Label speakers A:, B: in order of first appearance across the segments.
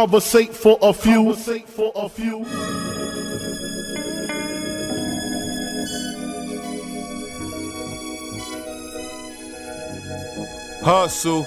A: Conversate for a few. for a few.
B: Hustle.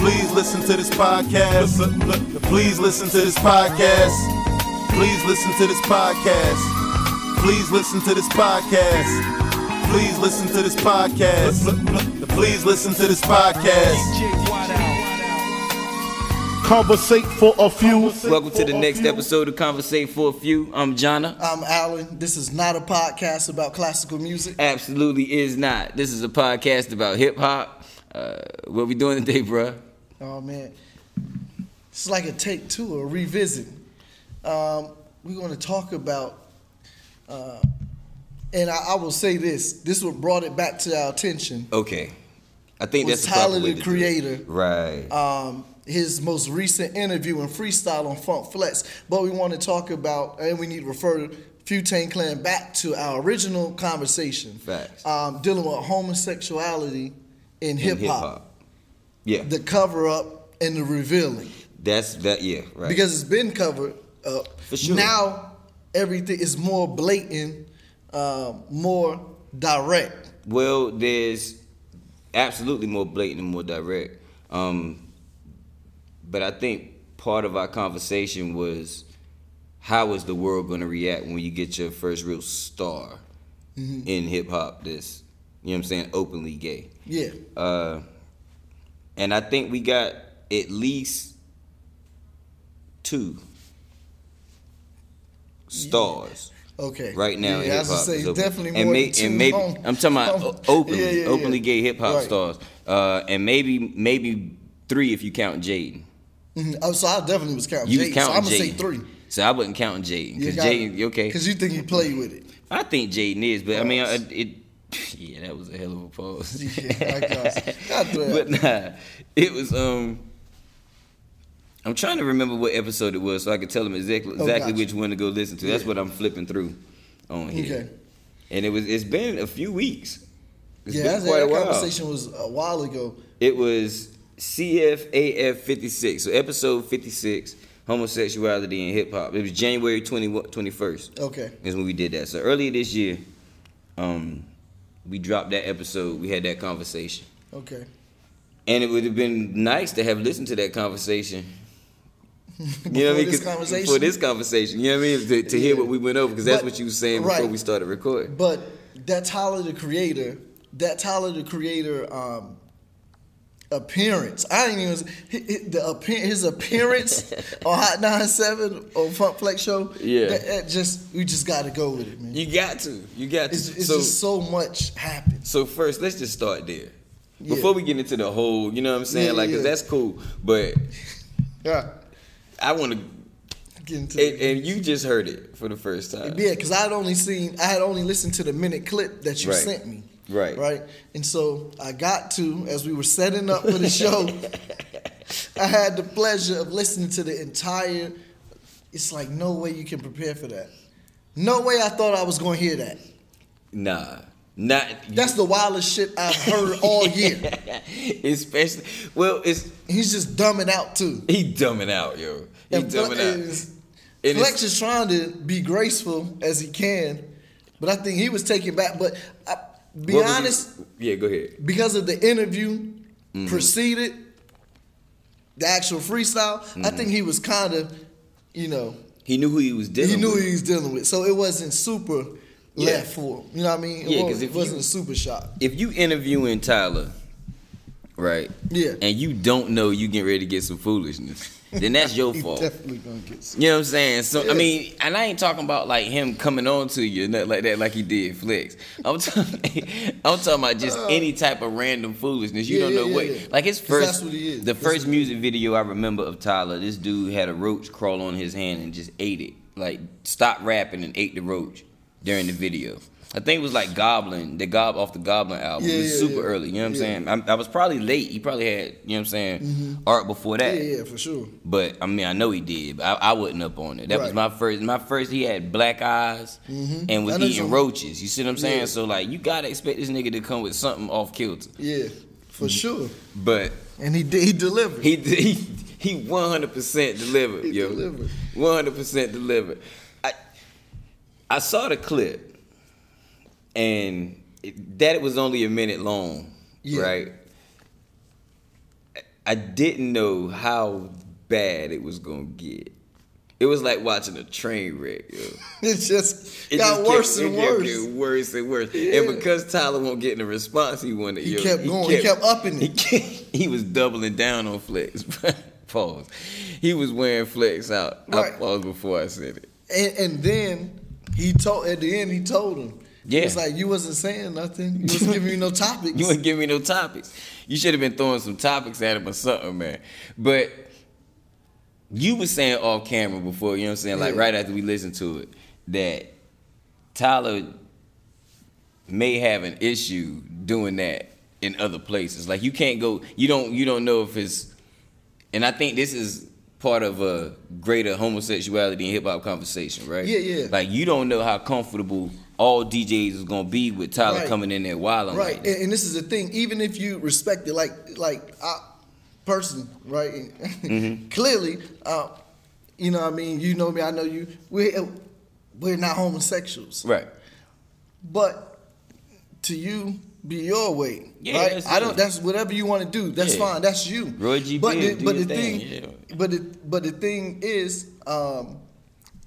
B: Please listen to this podcast. Please listen to this podcast. Please listen to this podcast. Please listen to this podcast. Please listen to this podcast. Please listen to this podcast.
A: Conversate for a few.
C: Welcome to the next episode of Conversate for a Few. I'm Jonna.
D: I'm Alan. This is not a podcast about classical music.
C: Absolutely is not. This is a podcast about hip hop. Uh, what we doing today, bruh?
D: Oh man, it's like a take two or revisit. Um, we're going to talk about, uh, and I, I will say this: this what brought it back to our attention
C: Okay. I think
D: was
C: that's the proper
D: Tyler
C: way to
D: the
C: do it.
D: Creator.
C: Right.
D: um, his most recent interview and freestyle on Funk Flex. But we want to talk about, and we need to refer Futane Clan back to our original conversation.
C: Facts.
D: Um, dealing with homosexuality in
C: In
D: hip hop,
C: Yeah.
D: the cover up and the revealing.
C: that's that. Yeah. Right.
D: Because it's been covered up.
C: For sure.
D: Now, everything is more blatant, uh, more direct.
C: Well, there's absolutely more blatant and more direct. Um, but I think part of our conversation was how is the world going to react when you get your first real star in hip hop that's, you know what I'm saying, openly gay?
D: Yeah.
C: Uh, and I think we got at least two stars
D: Okay.
C: right now in
D: yeah, I
C: hip
D: was gonna
C: hop.
D: say
C: is open.
D: definitely more
C: and may-
D: than two
C: and maybe
D: hom-
C: I'm talking about
D: hom-
C: o- openly,
D: Yeah, yeah, yeah.
C: openly gay hip hop
D: Right.
C: stars, uh, and maybe maybe three if you count Jaden.
D: Mhm. Oh, so I definitely was counting.
C: You
D: Jaden,
C: was counting
D: so I'm gonna say
C: Jaden.
D: three.
C: So I wasn't counting Jaden because Jaden, okay.
D: Because you think he played with it.
C: I think Jaden is, but I mean, I,
D: Pause.
C: it. Yeah, that was a hell of a pause.
D: Yeah, I guess. God damn.
C: but nah, it was. Um, I'm trying to remember what episode it was so I could tell them exactly
D: Oh,
C: exactly
D: gotcha.
C: which one to go listen to. That's
D: Yeah.
C: what I'm flipping through on here.
D: Okay.
C: And it was. It's been a few weeks. It's
D: yeah,
C: been
D: that,
C: quite a
D: that
C: while.
D: conversation was a while ago.
C: It was CFAF 56. So episode 56, homosexuality and hip hop. It was January 20, 21st
D: Okay.
C: is when we did that. So earlier this year, um, we dropped that episode. We had that conversation,
D: Okay.
C: and it would have been nice to have listened to that conversation. You
D: Before
C: know what I mean?
D: this
C: 'Cause-
D: conversation?
C: Before this conversation, you know what I mean? To, to hear
D: Yeah.
C: what we went over, because that's
D: But-
C: what you were saying
D: right.
C: before we started recording.
D: But that Tyler the Creator, that Tyler the Creator um, appearance, I didn't even, hi- hi- the appear, his appearance on Hot 97 on Funk Flex Show,
C: Yeah.
D: that, that just, we just got to go with it, man.
C: You got to, you got to.
D: it's it's
C: So-
D: just so much happens.
C: So first, let's just start there.
D: Yeah.
C: Before we get into the whole, you know what I'm saying?
D: Yeah,
C: like, 'cause
D: yeah.
C: that's cool. But
D: Yeah.
C: I want to,
D: Getting to
C: and, and you just heard it for the first time.
D: Yeah, because I had only seen, I had only listened to the minute clip that you
C: Right.
D: sent me.
C: Right.
D: Right. And so I got to, as we were setting up for the show, I had the pleasure of listening to the entire. It's like, no way you can prepare for that. No way I thought I was going to hear that.
C: Nah, not.
D: That's the wildest shit I've heard all year.
C: Especially, well, it's
D: He's just dumbing out too.
C: he dumbing out, yo. He
D: And
C: dumbing out.
D: Flex is-
C: And it's-
D: Flex is trying to be graceful as he can, but I think he was taken back. But I, be
C: what was he-
D: honest,
C: yeah, go ahead.
D: because of the interview preceded the actual freestyle, I
C: Mm-hmm.
D: think he was kind of, you know,
C: He knew who he was dealing.
D: he knew
C: with.
D: he was dealing with. So it wasn't super
C: Yeah.
D: left for him. You know what I mean? It
C: Yeah, 'cause
D: wasn't,
C: if
D: wasn't
C: you-
D: a super shot.
C: if you interviewing Tyler, right?
D: Yeah.
C: And you don't know you getting ready to get some foolishness, then that's your
D: He
C: fault.
D: definitely gonna get some.
C: You know what I'm saying? So
D: Yeah.
C: I mean, and I ain't talking about like him coming on to you, or nothing like that, like he did Flex. I'm talking, I'm talking about just any type of random foolishness. You
D: Uh, yeah,
C: don't know
D: yeah,
C: what,
D: yeah.
C: like his
D: 'Cause
C: first,
D: that's what he is.
C: the
D: That's
C: first
D: what
C: music video I remember of Tyler, this dude had a roach crawl on his hand and just ate it. like stopped rapping and ate the roach during the video. I think it was like Goblin, the Gob off the Goblin album.
D: Yeah,
C: it was
D: yeah,
C: super
D: yeah.
C: early. You know what I'm
D: Yeah. Mm-hmm.
C: saying? I'm, I was probably late. He probably had you know what I'm saying art before
D: Yeah,
C: that.
D: yeah, for sure.
C: But I mean, I know he did. But I, I wasn't up on it. That was
D: Right. Mm-hmm.
C: my first. My first. He had black eyes and
D: I
C: was
D: know
C: eating
D: some-
C: roaches. You see what I'm saying?
D: Yeah.
C: So like, you gotta expect this nigga to come with something off kilter.
D: Yeah,
C: Mm-hmm.
D: for sure.
C: But
D: And he did. He delivered.
C: he he he 100 percent delivered.
D: He
C: yo.
D: delivered.
C: 100 percent delivered. I I saw the clip, and it, that it was only a minute long,
D: Yeah.
C: right? I- I didn't know how bad it was gonna get. It was like watching a train wreck. Yo.
D: it just
C: It
D: got
C: just
D: worse
C: kept-
D: and
C: it kept
D: worse.
C: getting worse and worse.
D: Yeah.
C: And because Tyler won't get the response he wanted,
D: He
C: yo,
D: kept going. He kept upping
C: He,
D: it.
C: kept- he was doubling down on flex. Pause. He was wearing flex out. I
D: Right.
C: paused before I said it.
D: And, and then he told at the end he told him.
C: Yeah.
D: He was like, you wasn't saying nothing. You wasn't giving me no topics.
C: You wouldn't give me no topics. You should have been throwing some topics at him or something, man. But you were saying off camera before, you know what I'm saying? Like
D: Yeah.
C: right after we listened to it, that Tyler may have an issue doing that in other places. Like you can't go you don't you don't know if it's and I think this is part of a greater homosexuality and hip hop conversation, right?
D: Yeah, yeah.
C: Like you don't know how comfortable all DJs is gonna be with Tyler
D: Right.
C: coming in there wild
D: right. and, and this is the thing. Even if you respect it, like like I, person, right? and- Clearly, uh, you know. what I mean, you know me. I know you. We are we're not homosexuals.
C: Right.
D: But to you, be your way.
C: Yeah,
D: right?
C: that's
D: I
C: it.
D: don't. That's whatever you want to do. That's
C: Yeah.
D: fine. That's you.
C: Roy G.
D: But
C: Biv,
D: the,
C: do
D: but
C: your
D: the
C: thing,
D: thing,
C: yeah.
D: but it, but the thing is, um,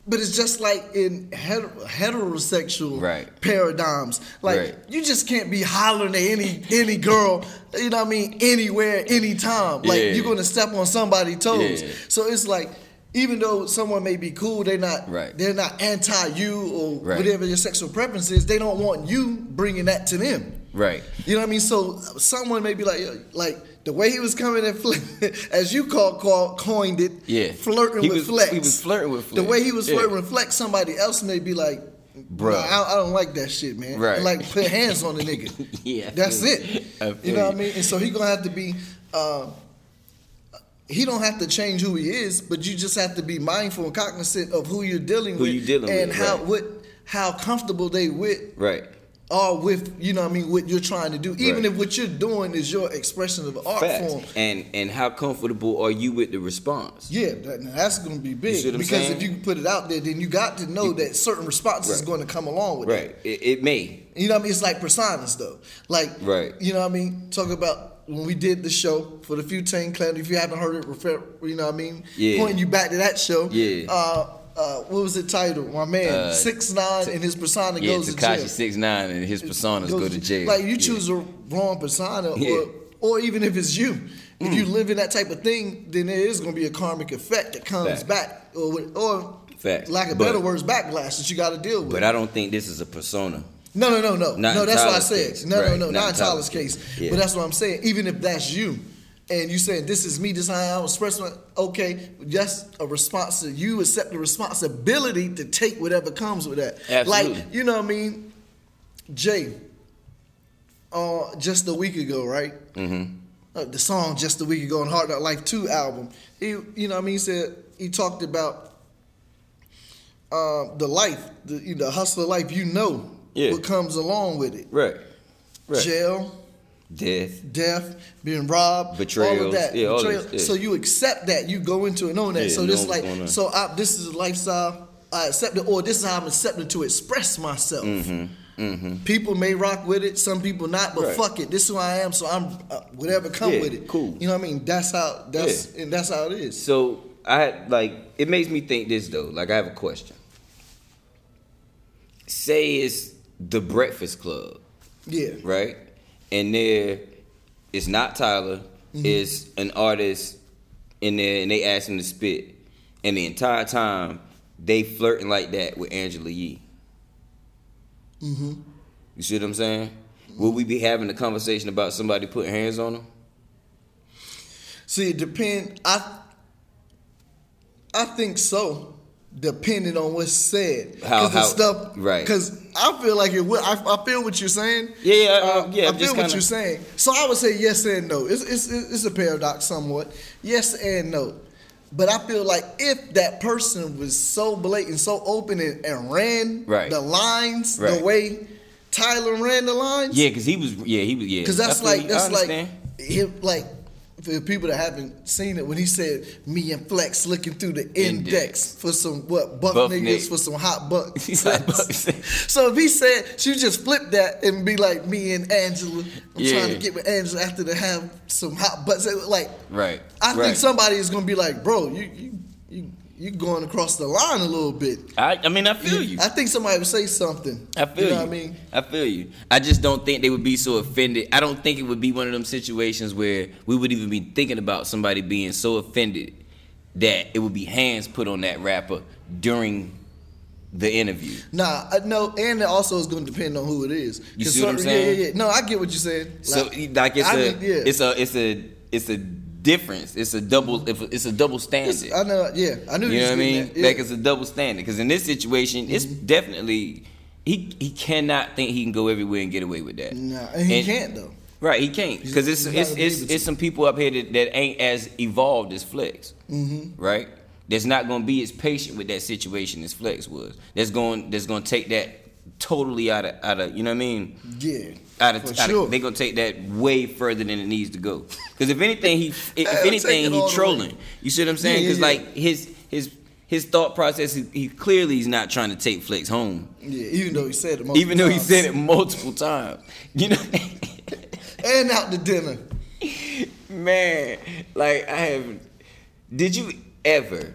D: but it's just like in heter- heterosexual
C: Right.
D: paradigms. Like
C: Right.
D: you just can't be hollering at any any girl. You know what I mean? Anywhere, anytime. Like
C: Yeah.
D: you're gonna step on somebody's toes.
C: Yeah.
D: So it's like. Even though someone may be cool, they're not.
C: Right.
D: They're not anti you or
C: Right.
D: whatever your sexual preference is, they don't want you bringing that to them.
C: Right.
D: You know what I mean? So someone may be like, yo, like the way he was coming and fl- as you call, call coined it,
C: Yeah.
D: flirting
C: He
D: with
C: was-
D: flex.
C: he was flirting with
D: The
C: flex.
D: way he was
C: Yeah.
D: flirting with flex, somebody else may be like,
C: Bruh.
D: bro, I, I don't like that shit, man.
C: Right.
D: Like put hands on the nigga.
C: Yeah, I
D: That's
C: feel you.
D: it.
C: I feel
D: You know what
C: you.
D: I mean? And so he gonna have to be. Uh, he don't have to change who he is, but you just have to be mindful and cognizant of who you're dealing
C: Who
D: with
C: you dealing
D: and
C: with,
D: how
C: right.
D: what how comfortable they with
C: Right.
D: are with you know what I mean what you're trying to do even
C: Right.
D: if what you're doing is your expression of an art
C: Facts.
D: form
C: And and how comfortable are you with the response?
D: yeah that, now that's going to be
C: see
D: big
C: what I'm
D: because
C: saying?
D: if you put it out there then you got to know that certain responses is
C: Right.
D: going to come along with
C: Right. It, it may.
D: that you know what I mean it's like personas though like
C: Right.
D: you know what I mean talk about when we did the show for the Futane Clan if you haven't heard it refer you know what I mean
C: Yeah.
D: pointing you back to that show
C: Yeah.
D: uh, uh, what was the title my man
C: Uh,
D: six nine
C: Ta-
D: and his persona
C: Yeah,
D: goes to jail
C: Takashi six nine and his personas go,
D: goes
C: to jail.
D: Like you
C: Yeah.
D: choose the wrong persona,
C: Yeah. Mm.
D: or or even if it's you, if you live in that type of thing, then there is going to be a karmic effect that comes
C: Fact.
D: back, or with- or
C: Fact.
D: lack of
C: But-
D: better words, backlash that you got to deal with.
C: But I don't think this is a persona.
D: no, no, no, no,
C: Not
D: no.
C: in
D: That's what I
C: Tyler's
D: said.
C: case.
D: No,
C: Right,
D: no, no,
C: not
D: not
C: in
D: in Tyler's
C: Tyler's case.
D: case.
C: Yeah.
D: But that's what I'm saying. Even if that's you. And you saying this is me, this is how I express my okay, that's a response to you accept the responsibility to take whatever comes with that.
C: Absolutely.
D: Like, you know what I mean? Jay, uh, just a week ago, right? Mm-hmm. Uh, the song just a week ago on Hard Knock Life Two album. He, you know, what I mean, he said he talked about uh, the life, the you know, the hustle of life. You know,
C: Yeah.
D: what comes along with it:
C: Right. Right.
D: jail,
C: Death.
D: death, being robbed, all
C: Betrayals.
D: of that.
C: Yeah, all
D: Betrayal.
C: this, yeah.
D: So you accept that. You go into it knowing that.
C: Yeah,
D: so
C: knowing
D: this
C: what's
D: like,
C: going on.
D: so I, this is a lifestyle I accept it, or this is how I'm accepting to express myself. People may rock with it, some people not, but
C: Mm-hmm, Right.
D: fuck it. This is who I am, so I'm uh, whatever come
C: Yeah,
D: with it.
C: cool.
D: You know what I mean? That's how. That's and that's how it is.
C: So I had like it makes me think this though. Like I have a question. Say it's the Breakfast Club.
D: Yeah.
C: right? And there, it's not Tyler.
D: Mm-hmm.
C: It's an artist in there, and they ask him to spit. And the entire time, they flirting like that with Angela Yee.
D: Mm-hmm.
C: You see what I'm saying? Will we be having a conversation about somebody putting hands on them?
D: See, it depend. I. I think so, depending on what's said.
C: How-
D: Cause the
C: how-
D: stuff,
C: right.
D: Because I feel like it. Would, I, I feel what you're saying. Um,
C: Yeah, yeah, uh, yeah,
D: I
C: I'm
D: feel
C: just
D: what
C: kinda-
D: you're saying. So I would say yes and no. It's it's it's a paradox somewhat. Yes and no. But I feel like if that person was so blatant, so open, and, and ran
C: Right.
D: the lines
C: Right.
D: the way Tyler ran the lines,
C: Yeah, because he was. Yeah, he was. Yeah,
D: because
C: I
D: that's
C: feel
D: like
C: you. I
D: that's like
C: understand.
D: him like for people that haven't seen it when he said me and Flex looking through the index,
C: Index.
D: for some what buck
C: Buff
D: niggas
C: niggas.
D: for some hot bucks.
C: He's like, "Bucks."
D: so if he said she just flip that and be like me and Angela, I'm trying
C: Yeah.
D: to get with Angela after to have some hot butts. It was Like
C: Right,
D: I think
C: right.
D: somebody is gonna be like, bro, you you you you going across the line a little bit.
C: I, I mean, I feel you.
D: I think somebody would say something.
C: I feel you.
D: you. Know what I mean,
C: I feel you. I just don't think they would be so offended. I don't think it would be one of them situations where we would even be thinking about somebody being so offended that it would be hands put on that rapper during the interview.
D: Nah, I, no, and it also is going to depend on who it is.
C: You
D: 'Cause
C: see what I'm
D: some-
C: saying?
D: Yeah, yeah, yeah. No, I get what you're saying.
C: So like it's
D: I
C: a
D: mean, yeah.
C: it's a it's a it's a difference. It's a double if it's a double standard.
D: I know. Yeah, I knew.
C: You know what I mean? Like
D: That, yeah.
C: it's a double standard because in this situation, it's
D: Mm-hmm.
C: definitely he he cannot think he can go everywhere and get away with that.
D: Nah, and he
C: And-
D: can't though.
C: Right, he can't because it's
D: he's not
C: it's
D: gonna be
C: it's,
D: able
C: it's,
D: to.
C: some people up here that, that ain't as evolved as Flex, mm-hmm. right? That's not going to be as patient with that situation as Flex was. That's going that's going to take that totally out of out of you know what I mean?
D: Yeah,
C: Out of,
D: for
C: out
D: sure.
C: of they gonna take that way further than it needs to go. Because if anything, he if,
D: I'll take
C: anything
D: it all
C: he
D: the
C: trolling. You see what I'm saying?
D: Yeah,
C: Because
D: yeah, yeah.
C: like his his his thought process, he, he clearly is not trying to take Flex home,
D: yeah, even though he said it.
C: even though he said it multiple times. You know.
D: and out to dinner.
C: Man, like I have. Did you ever?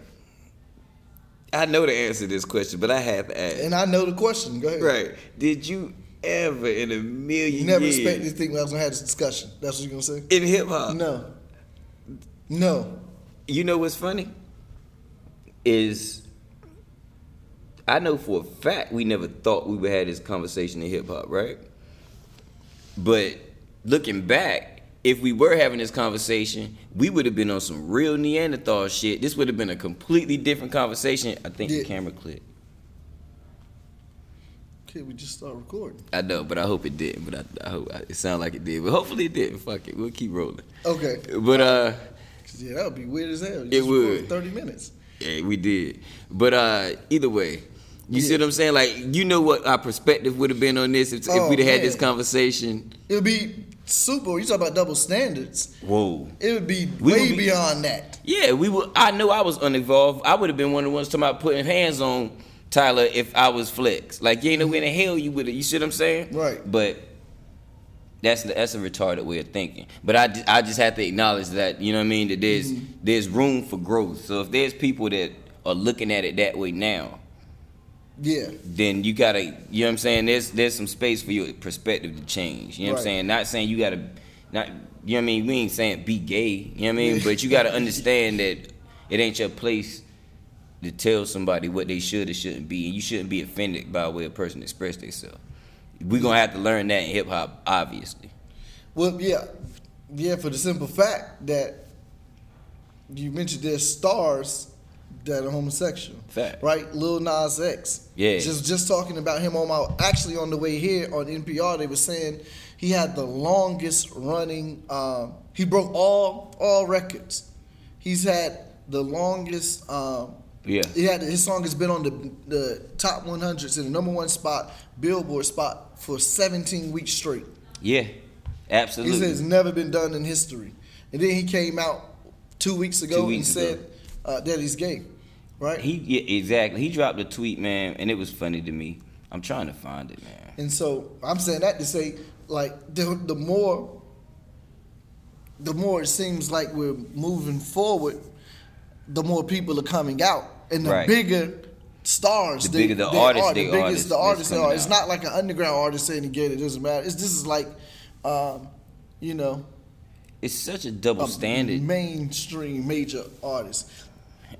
C: I know the answer to this question, but I have to ask.
D: And I know the question. Go ahead.
C: right? Did you ever in a million
D: Never
C: years
D: expected to think I was gonna have this discussion. That's what you're gonna say?
C: in hip hop?
D: No. No.
C: You know what's funny is I know for a fact we never thought we would have this conversation in hip hop, right? But looking back, if we were having this conversation, we would have been on some real Neanderthal shit. This would have been a completely different conversation. I think
D: Yeah.
C: the camera clicked.
D: Okay, we just start recording.
C: I know, but I hope it didn't. But I, I hope it sounded like it did. But hopefully it didn't. Fuck it, we'll keep rolling.
D: Okay.
C: But uh.
D: 'Cause, Yeah, that would be weird as hell. You
C: It
D: just record
C: would.
D: Thirty minutes.
C: Yeah, we did. But uh either way, you see
D: Yeah.
C: what I'm saying? Like, you know what our perspective would have been on this if, if
D: Oh,
C: we'd have had this
D: man.
C: conversation.
D: It would be super. You talk about double standards.
C: Whoa.
D: It would be
C: We
D: way
C: would be-
D: beyond that.
C: Yeah, we were. I know I was unevolved. I would have been one of the ones talking about putting hands on Tyler if I was Flex. Like, you ain't no way in the hell you would have. You see what I'm saying?
D: Right.
C: But that's the, that's a retarded way of thinking. But I, ju- I just have to acknowledge that you know what I mean. That there's
D: Mm-hmm.
C: there's room for growth. So if there's people that are looking at it that way now,
D: Yeah.
C: then you gotta you know what I'm saying there's there's some space for your perspective to change. You know what I'm
D: Right.
C: saying? Not saying you gotta not you know what I mean, we ain't saying be gay, you know what I mean? but you gotta understand that it ain't your place to tell somebody what they should or shouldn't be, and you shouldn't be offended by the way a person expressed themselves. we gonna have to learn that in hip hop, obviously.
D: Well, yeah, yeah, for the simple fact that you mentioned there's stars that are homosexual.
C: Fact.
D: Right? Lil Nas X.
C: Yeah.
D: Just just talking about him on my actually on the way here on NPR, they were saying he had the longest running. Um, he broke all all records. He's had the longest. Um,
C: Yeah.
D: He had his song has been on the the top 100s in the number one spot, Billboard spot for 17 weeks straight.
C: Yeah.
D: He
C: Absolutely.
D: said it's never been done in history. And then he came out two weeks ago
C: Two weeks
D: and said
C: ago.
D: Uh, that he's gay, right?
C: he yeah, exactly. He dropped a tweet, man, and it was funny to me. I'm trying to find it, man.
D: and so I'm saying that to say, like, the, the more, the more it seems like we're moving forward, the more people are coming out, and the
C: Right.
D: bigger stars,
C: The
D: they-
C: bigger the
D: they
C: artists
D: are, the
C: they
D: biggest
C: artists
D: the
C: that's
D: artists they
C: coming
D: are. It's
C: out.
D: not like an underground artist saying he gay. It doesn't matter. It's this is like, um, you know,
C: It's such a double
D: a
C: standard.
D: mainstream major artist.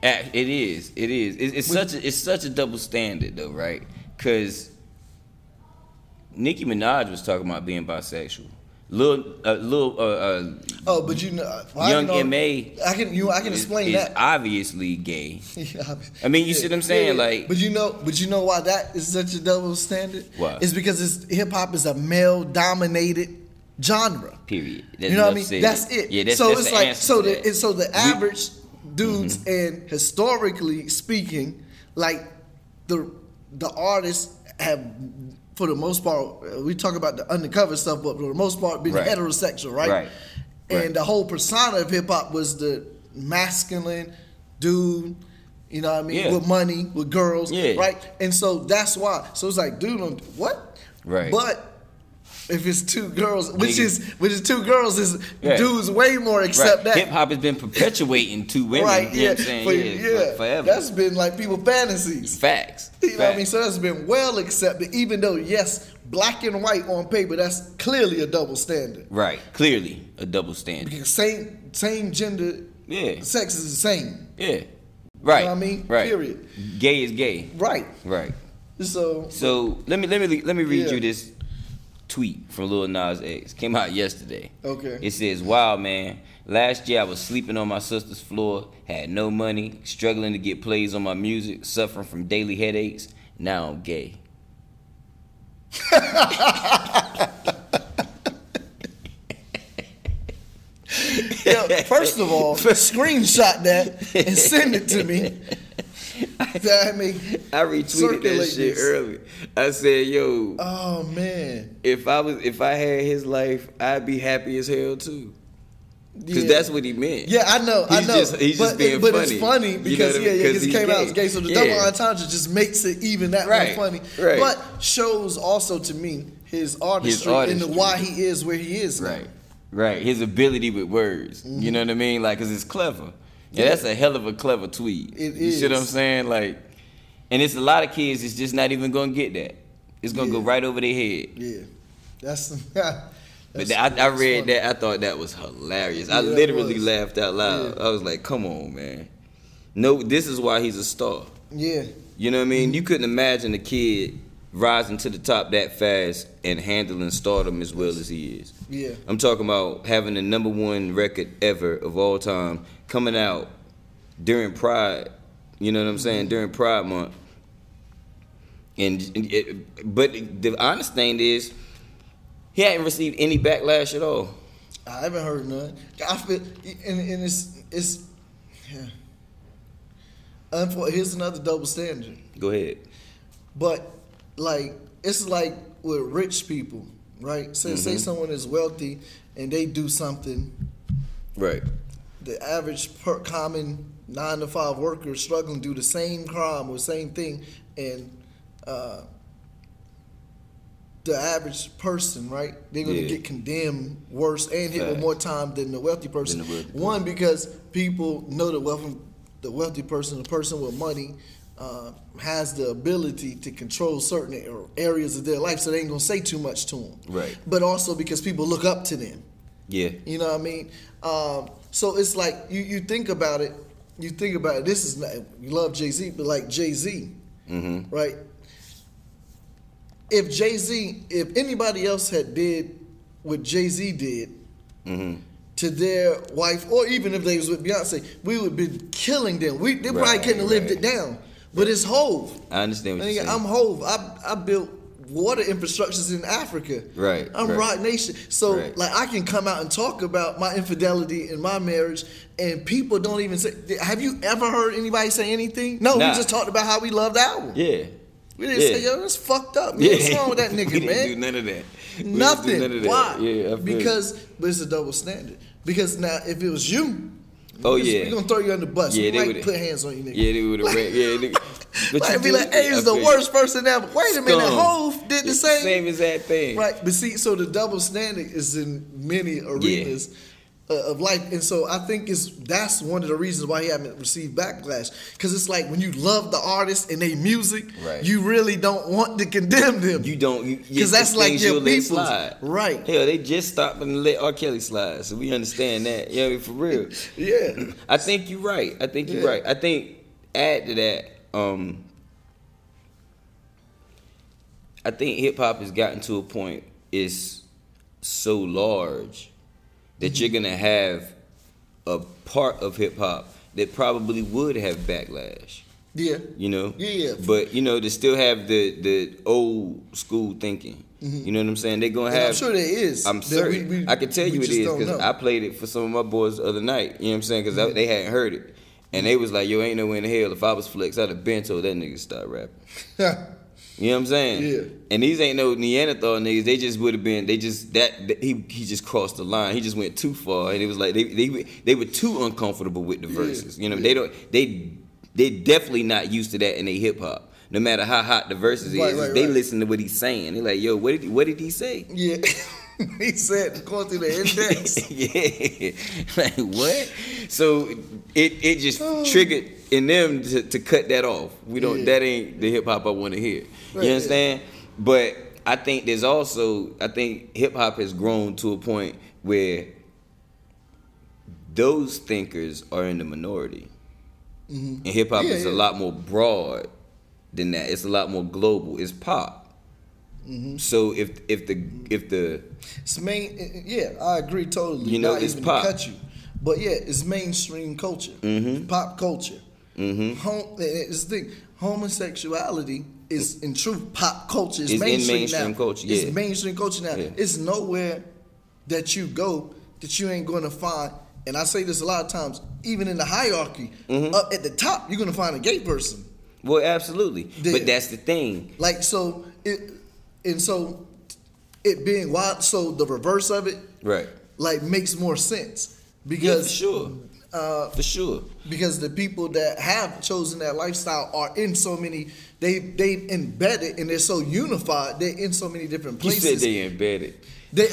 C: Ac- It is. It is. It's, it's
D: With-
C: such a it's such a double standard though, right? Because Nicki Minaj was talking about being bisexual. Lil, uh, Lil, uh, uh,
D: Oh, but you know, well,
C: Young
D: I know,
C: MA
D: I can you. I can
C: is,
D: explain
C: is
D: that.
C: obviously gay.
D: Yeah,
C: I mean, you see what I'm saying? Like-
D: but you know, but you know why that is such a double standard?
C: Why?
D: It's because it's hip hop is a male dominated genre.
C: Period.
D: you know what I
C: enough
D: mean?
C: said.
D: That's it.
C: Yeah, that's,
D: so
C: that's
D: it's
C: the
D: like
C: answer
D: so
C: to
D: the
C: that.
D: and so the
C: We- Mm-hmm.
D: average dudes and historically speaking, like the the artists have for the most part uh, we talk about the undercover stuff, but for the most part being
C: Right.
D: heterosexual, right?
C: Right.
D: And
C: Right.
D: the whole persona of hip hop was the masculine dude, you know what I mean,
C: Yeah.
D: with money, with girls,
C: Yeah.
D: right? And so that's why. So it's like, dude, I'm- what?
C: Right.
D: But if it's two girls, which
C: Niggas.
D: is which is two girls is
C: Yeah.
D: dudes way more accept that.
C: Hip hop has been perpetuating two women.
D: right,
C: you
D: yeah.
C: know what I'm saying?
D: For-
C: yeah, for- forever.
D: That's been like people fantasies.
C: facts.
D: You know what I mean?
C: Facts.
D: So that's been well accepted, even though yes, black and white on paper, that's clearly a double standard.
C: Right. Clearly, a double standard.
D: Because same same gender,
C: Yeah.
D: sex is the same.
C: Yeah. Right.
D: You know what I mean?
C: Right.
D: Period.
C: Gay is gay.
D: Right.
C: Right.
D: So
C: So let me let me let me read
D: Yeah.
C: you this tweet from Lil Nas X. Came out yesterday.
D: Okay.
C: It says, "Wow, man! Last year I was sleeping on my sister's floor, had no money, struggling to get plays on my music, suffering from daily headaches. Now I'm gay."
D: yeah, first of all, screenshot that and send it to me. That I mean,
C: I retweeted that
D: Circulate
C: shit
D: this.
C: earlier. I said, "Yo,
D: oh man.
C: if I was if I had his life, I'd be happy as hell too." Because
D: Yeah.
C: that's what he meant.
D: Yeah, I know, I
C: He's
D: know.
C: just- he's
D: but
C: just being
D: it, but
C: funny.
D: it's funny
C: You know
D: because
C: what I mean?
D: yeah,
C: 'Cause
D: yeah, because it
C: he's
D: came out
C: gay.
D: as gay, so the
C: Yeah.
D: double entendre just makes it even that
C: Right,
D: more funny.
C: right.
D: But shows also to me his artistry, and
C: artistry.
D: the why he is where he is. now.
C: Right. Right. His ability with words. You
D: Mm-hmm.
C: know what I mean? Like, cause it's clever. Yeah, that's a hell of a clever tweet.
D: It
C: you see what I'm
D: is.
C: saying? Like, and it's a lot of kids. It's just not even gonna get that. It's gonna go
D: Yeah.
C: right over their head.
D: Yeah, that's. that's
C: But that, I, I
D: that's
C: read
D: funny.
C: that. I thought that was hilarious. I
D: Yeah, it
C: literally
D: was.
C: laughed out loud.
D: Yeah.
C: I was like, "Come on, man! No, this is why he's a star."
D: Yeah,
C: You know what I
D: Mm-hmm.
C: mean? You couldn't imagine a kid rising to the top that fast and handling stardom as well as he is.
D: yeah,
C: I'm talking about having the number one record ever of all time coming out during Pride. You know what I'm saying? During Pride Month. And, and it, but the honest thing is, he hadn't received any backlash at all.
D: I haven't heard none. I feel, and, and it's it's. Yeah. Unfor- Here's another double standard.
C: Go ahead.
D: But like it's like with rich people, right? Say say someone is wealthy and they do something
C: Right.
D: the average per common nine to five worker struggling do the same crime or same thing and uh, the average person right they're going to
C: Yeah.
D: get condemned worse and hit with
C: Facts.
D: more time than the wealthy person
C: the wealthy
D: one because people know the wealthy the wealthy person the person with money uh, has the ability to control certain ar- areas of their life so they ain't going to say too much to them
C: Right.
D: but also because people look up to them
C: Yeah.
D: you know what I mean? Um, so it's like you, you think about it, you think about it. This is not, you love Jay Z, but like Jay Z,
C: Mm-hmm.
D: right? If Jay Z, if anybody else had did what Jay Z did
C: Mm-hmm.
D: to their wife, or even if they was with Beyonce, we would be killing them. We they probably
C: Right,
D: couldn't have lived
C: right.
D: it down. But it's Hove.
C: I understand what you're
D: Nigga,
C: saying.
D: I'm Hove. I I built water infrastructures in Africa.
C: Right,
D: I'm
C: right.
D: Rock Nation. So
C: Right.
D: like I can come out and talk about my infidelity in my marriage, and people don't even say. Have you ever heard anybody say anything? No,
C: Nah.
D: we just talked about how we love the album.
C: yeah.
D: We didn't
C: Yeah.
D: say yo, that's fucked up. man.
C: yeah.
D: What's wrong with that nigga,
C: we didn't
D: man?
C: do none of that. We didn't do
D: Nothing.
C: none of that.
D: Why?
C: Yeah. I feel you.
D: because but it's a double standard. Because now if it was you,
C: Oh,
D: we just-
C: yeah.
D: we gonna throw you under the bus.
C: Yeah, they
D: Yeah, we might
C: would've-
D: put hands on you, nigga.
C: Yeah, they would have. yeah, nigga. But
D: Like,
C: you
D: be
C: do-
D: like, hey,
C: I
D: is the
C: feel you.
D: worst person ever. Wait a minute,
C: Scum.
D: Hove did the
C: It's
D: same.
C: Same exact thing.
D: Right, but see, so the double standard is in many arenas uh, of life, and so I think it's that's one of the reasons why he haven't received backlash. Because it's like when you love the artist and they music,
C: Right.
D: you really don't want to condemn them.
C: You don't you
D: Because that's like
C: things
D: your
C: you'll let
D: people's.
C: slide.
D: Right.
C: Hell, they just stopped and let R. Kelly slide, so we understand that. Yeah, I mean, for real.
D: Yeah.
C: I think you're right. I think you're
D: Yeah.
C: right. I think add to that, um, I think hip hop has gotten to a point. It's so large that you're
D: Mm-hmm.
C: gonna have a part of hip hop that probably would have backlash.
D: Yeah.
C: You know.
D: Yeah, yeah.
C: But you know, they still have the the old school thinking. You know what I'm saying? They're gonna
D: Mm-hmm.
C: have.
D: And I'm sure there is.
C: I'm
D: that
C: certain.
D: we- we-
C: I can tell
D: we
C: you it
D: just
C: is
D: don't
C: because
D: know.
C: I played it for some of my boys the other night. You know what I'm saying? Because they hadn't heard it, and they was like, "Yo, ain't no way in hell if I was Flex, I'd have been told that nigga stop rapping." You know what I'm saying?
D: Yeah.
C: And these ain't no Neanderthal niggas. They just would have been. They just that, that- he he just crossed the line. He just went too far, and it was like they they they were too uncomfortable with the verses. You know they don't they they definitely not used to that in their hip hop. No matter how hot the verses
D: Right,
C: is,
D: right,
C: they
D: right.
C: listen to what he's saying. They're like, yo, what did he, what did he say?
D: yeah. he said going through the index.
C: yeah, like what? So it it just triggered in them to, to cut that off. We don't.
D: Oh. Yeah.
C: That ain't the hip hop I want to hear.
D: Right,
C: You understand? But I think there's also I think hip hop has grown to a point where those thinkers are in the minority, and hip hop
D: Mm-hmm. Yeah,
C: is a
D: yeah.
C: lot more broad than that. It's a lot more global. It's pop.
D: Mm-hmm.
C: So if if the if the
D: It's main, eh, yeah, I agree totally.
C: You know,
D: Not
C: it's
D: even
C: pop.
D: to cut you, but yeah, it's mainstream culture, pop culture. Mm-hmm. Home, it's the thing. Homosexuality is in truth pop culture. It's,
C: It's in
D: mainstream,
C: mainstream
D: now.
C: culture, yeah.
D: It's mainstream culture now.
C: Yeah.
D: It's nowhere that you go that you ain't going to find. And I say this a lot of times, even in the hierarchy,
C: Mm-hmm.
D: up at the top, you're going to find a gay person.
C: Well, absolutely.
D: Then-
C: but that's the thing.
D: Like so, it and so it being wild. So the reverse of it
C: Right.
D: like makes more sense
C: Yeah, for
D: because
C: sure.
D: Uh,
C: for sure.
D: because the people that have chosen that lifestyle are in so many they they embedded and they're so unified they're in so many different
C: You
D: places
C: said they embedded.
D: they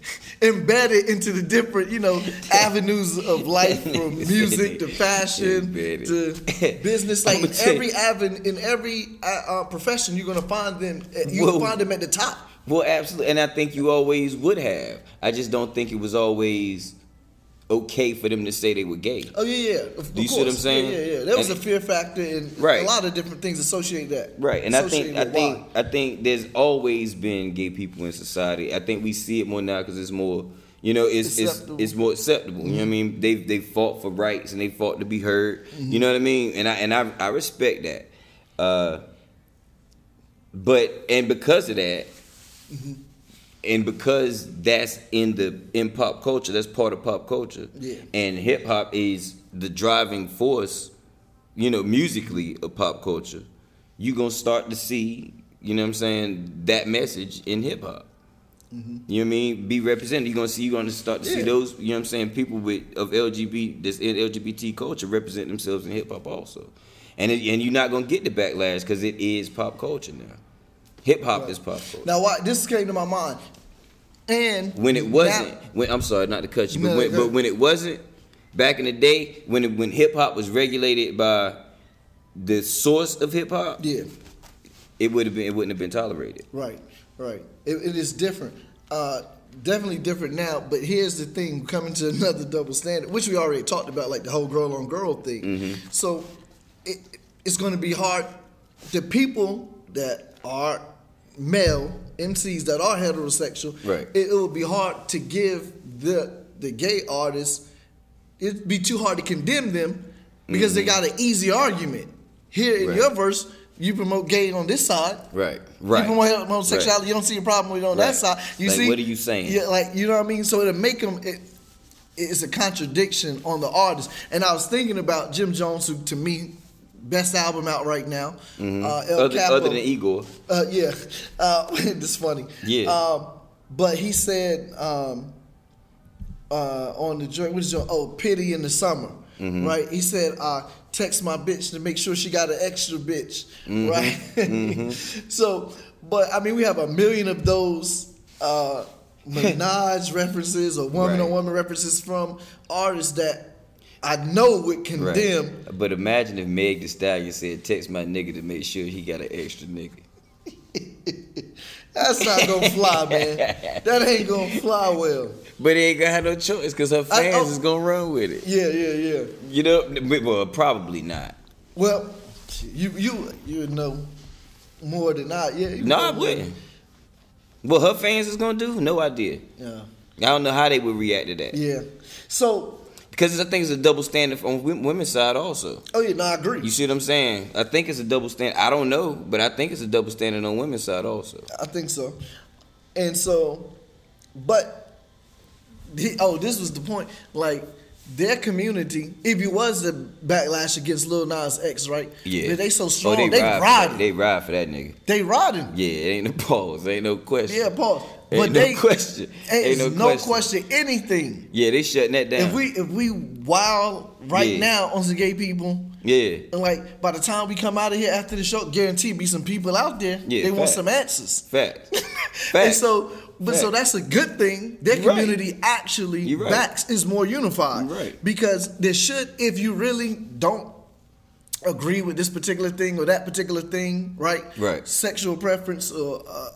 D: embedded into the different you know avenues of life from music to fashion
C: Embedded.
D: to business like
C: I'ma
D: in
C: tell
D: every avenue in every uh, uh, profession you're gonna find them you
C: Whoa.
D: gonna find them at the top
C: Well, absolutely. And I think you always would have. I just don't think it was always okay for them to say they were gay.
D: Oh yeah, yeah. Of,
C: Do you
D: of
C: see what I'm
D: course.
C: saying?
D: Yeah, yeah. yeah. There was
C: And-
D: a fear factor and
C: Right.
D: a lot of different things associated that.
C: Right, and I think I
D: associated with
C: think
D: why.
C: I think there's always been gay people in society. I think we see it more now because it's more, you know, it's it's,
D: Acceptable. Mm-hmm.
C: it's more acceptable. You know what I mean? They they fought for rights and they fought to be heard.
D: Mm-hmm.
C: You know what I mean? And I and I, I respect that. Uh, but and because of that, and because that's in the in pop culture, that's part of pop culture.
D: Yeah.
C: And hip hop is the driving force, you know, musically of pop culture. You gonna start to see, you know, what I'm saying that message in hip hop. You know what I mean? Be represented. You're gonna see. You're gonna start to see
D: Yeah.
C: those. You know what I'm saying? People with of LGBT that's in LGBT culture represent themselves in hip hop also, and it, and you're not gonna get the backlash because it is pop culture now. Hip hop is pop culture.
D: Now, why this came to my mind, and
C: When it
D: now-
C: wasn't, when I'm sorry, not to cut you, but
D: No,
C: when,
D: go-
C: but when it wasn't, back in the day, when it, when hip hop was regulated by the source of hip hop,
D: yeah,
C: it would have been it wouldn't have been tolerated.
D: right, right. It, it is different. Uh, definitely different now. But here's the thing: coming to another double standard, which we already talked about, like the whole girl on girl thing.
C: Mm-hmm.
D: So it, it's going to be hard. The people that are male MCs that are heterosexual,
C: Right.
D: it, it would be hard to give the the gay artists it'd be too hard to condemn them because they got an easy argument. Here in
C: Mm-hmm. Right.
D: your verse, you promote gay on this side.
C: Right,
D: You
C: right,
D: promote homosexuality,
C: right.
D: you don't see a problem with it on
C: Right.
D: that side. You
C: Like,
D: see
C: what are you saying?
D: Yeah, like you know what I mean? So it'll make them it, it's a contradiction on the artist. And I was thinking about Jim Jones, who to me, best album out right now. Uh, El
C: Mm-hmm. Other,
D: Capo.
C: other than Igor,
D: Uh, yeah, uh, it's funny.
C: Yeah.
D: Um, but he said um, uh, on the joint, what is your oh pity in the summer,
C: Mm-hmm.
D: right? He said uh, text my bitch to make sure she got an extra bitch,
C: Mm-hmm.
D: right? so, but I mean, we have a million of those. Uh, Minaj references or woman on
C: Right.
D: woman references from artists that I know would
C: right?
D: condemn
C: But imagine if Meg The Stallion said, "Text my nigga to make sure he got an extra nigga."
D: That's not gonna fly, man. That ain't gonna fly well.
C: But they ain't gonna have no choice because her
D: I-
C: fans
D: oh.
C: is gonna run with it.
D: Yeah, yeah, yeah.
C: Uh, You know, but- well, probably not.
D: Well, you you you would know more than I. Yeah. you
C: No, I
D: know more.
C: wouldn't. What her fans is gonna do? No idea.
D: Yeah.
C: I don't know how they would react to that.
D: Yeah. So,
C: Because I think it's a double standard on wom- women's side also.
D: oh yeah, no, I agree.
C: You see what I'm saying? I think it's a double standard. I don't know, but I think it's a double standard on women's side also.
D: I think so. And so, but the, oh, this was the point. Like their community, if it was the backlash against Lil Nas X, right?
C: Yeah.
D: But they so
C: Oh,
D: strong. they,
C: ride for that-
D: riding.
C: They ride for that nigga.
D: They, riding.
C: Yeah, it ain't no pause. Ain't no question.
D: Yeah, pause.
C: Ain't
D: but
C: no
D: they
C: question.
D: Ain't
C: Ain't
D: no,
C: no
D: question.
C: question.
D: anything.
C: Yeah, they shutting that down.
D: If we if we wild right
C: Yeah.
D: now on some gay people,
C: yeah.
D: and like by the time we come out of here after the show, guarantee be some people out there.
C: Yeah,
D: they want
C: fact.
D: some answers.
C: Fact.
D: And
C: Fact.
D: so, but
C: Fact.
D: so that's a good thing. Their
C: You're right.
D: community actually
C: You're right.
D: backs is more unified.
C: You're right.
D: Because there should, if you really don't agree with this particular thing or that particular thing, right?
C: Right.
D: Sexual preference or, uh,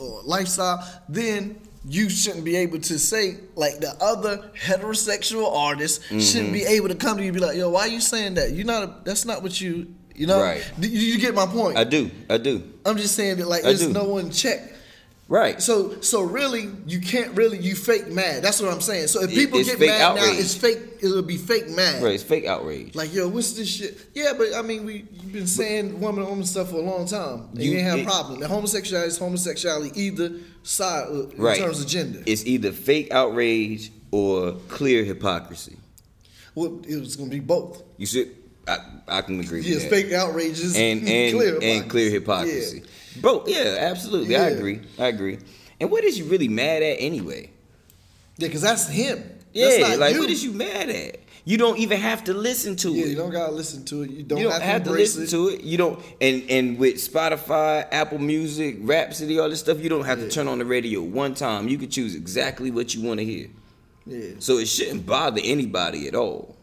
D: or lifestyle, then you shouldn't be able to say like the other heterosexual artists shouldn't
C: Mm-hmm.
D: be able to come to you and be like, "Yo, why are you saying that? You're not. A, that's not what you. You know.
C: Right.
D: You, you get my point.
C: I do. I do.
D: I'm just saying that like
C: I
D: there's
C: do.
D: no one check.
C: Right.
D: So so really, you can't really you fake mad. That's what I'm saying. So if
C: It-
D: people
C: it's
D: get
C: fake
D: mad now,
C: outrage.
D: it's fake. It'll be fake mad.
C: right. It's fake outrage.
D: Like yo, what's this shit? Yeah, but I mean, we you've been saying woman woman stuff for a long time. And you,
C: You-
D: ain't have a
C: it-
D: problem. And homosexuality is homosexuality either side uh, in
C: right.
D: terms of gender.
C: It's either fake outrage or clear hypocrisy.
D: well, it was gonna be both.
C: You see, I, I can agree
D: Yeah,
C: with that.
D: it's fake outrages
C: and and and clear hypocrisy.
D: Yeah.
C: Bro, yeah, absolutely. I
D: Yeah.
C: agree. I agree. And what is you really mad at anyway?
D: Yeah, because that's him.
C: Yeah,
D: that's not
C: like
D: you.
C: what is you mad at? You don't even have to listen to
D: Yeah,
C: it.
D: you don't gotta listen to it. You don't,
C: you don't
D: have,
C: have,
D: to
C: to
D: embrace
C: listen
D: it.
C: to it. You don't and and with Spotify, Apple Music, Rhapsody, all this stuff, you don't have to turn on the radio one time. You can choose exactly what you want to hear.
D: Yeah.
C: So it shouldn't bother anybody at all.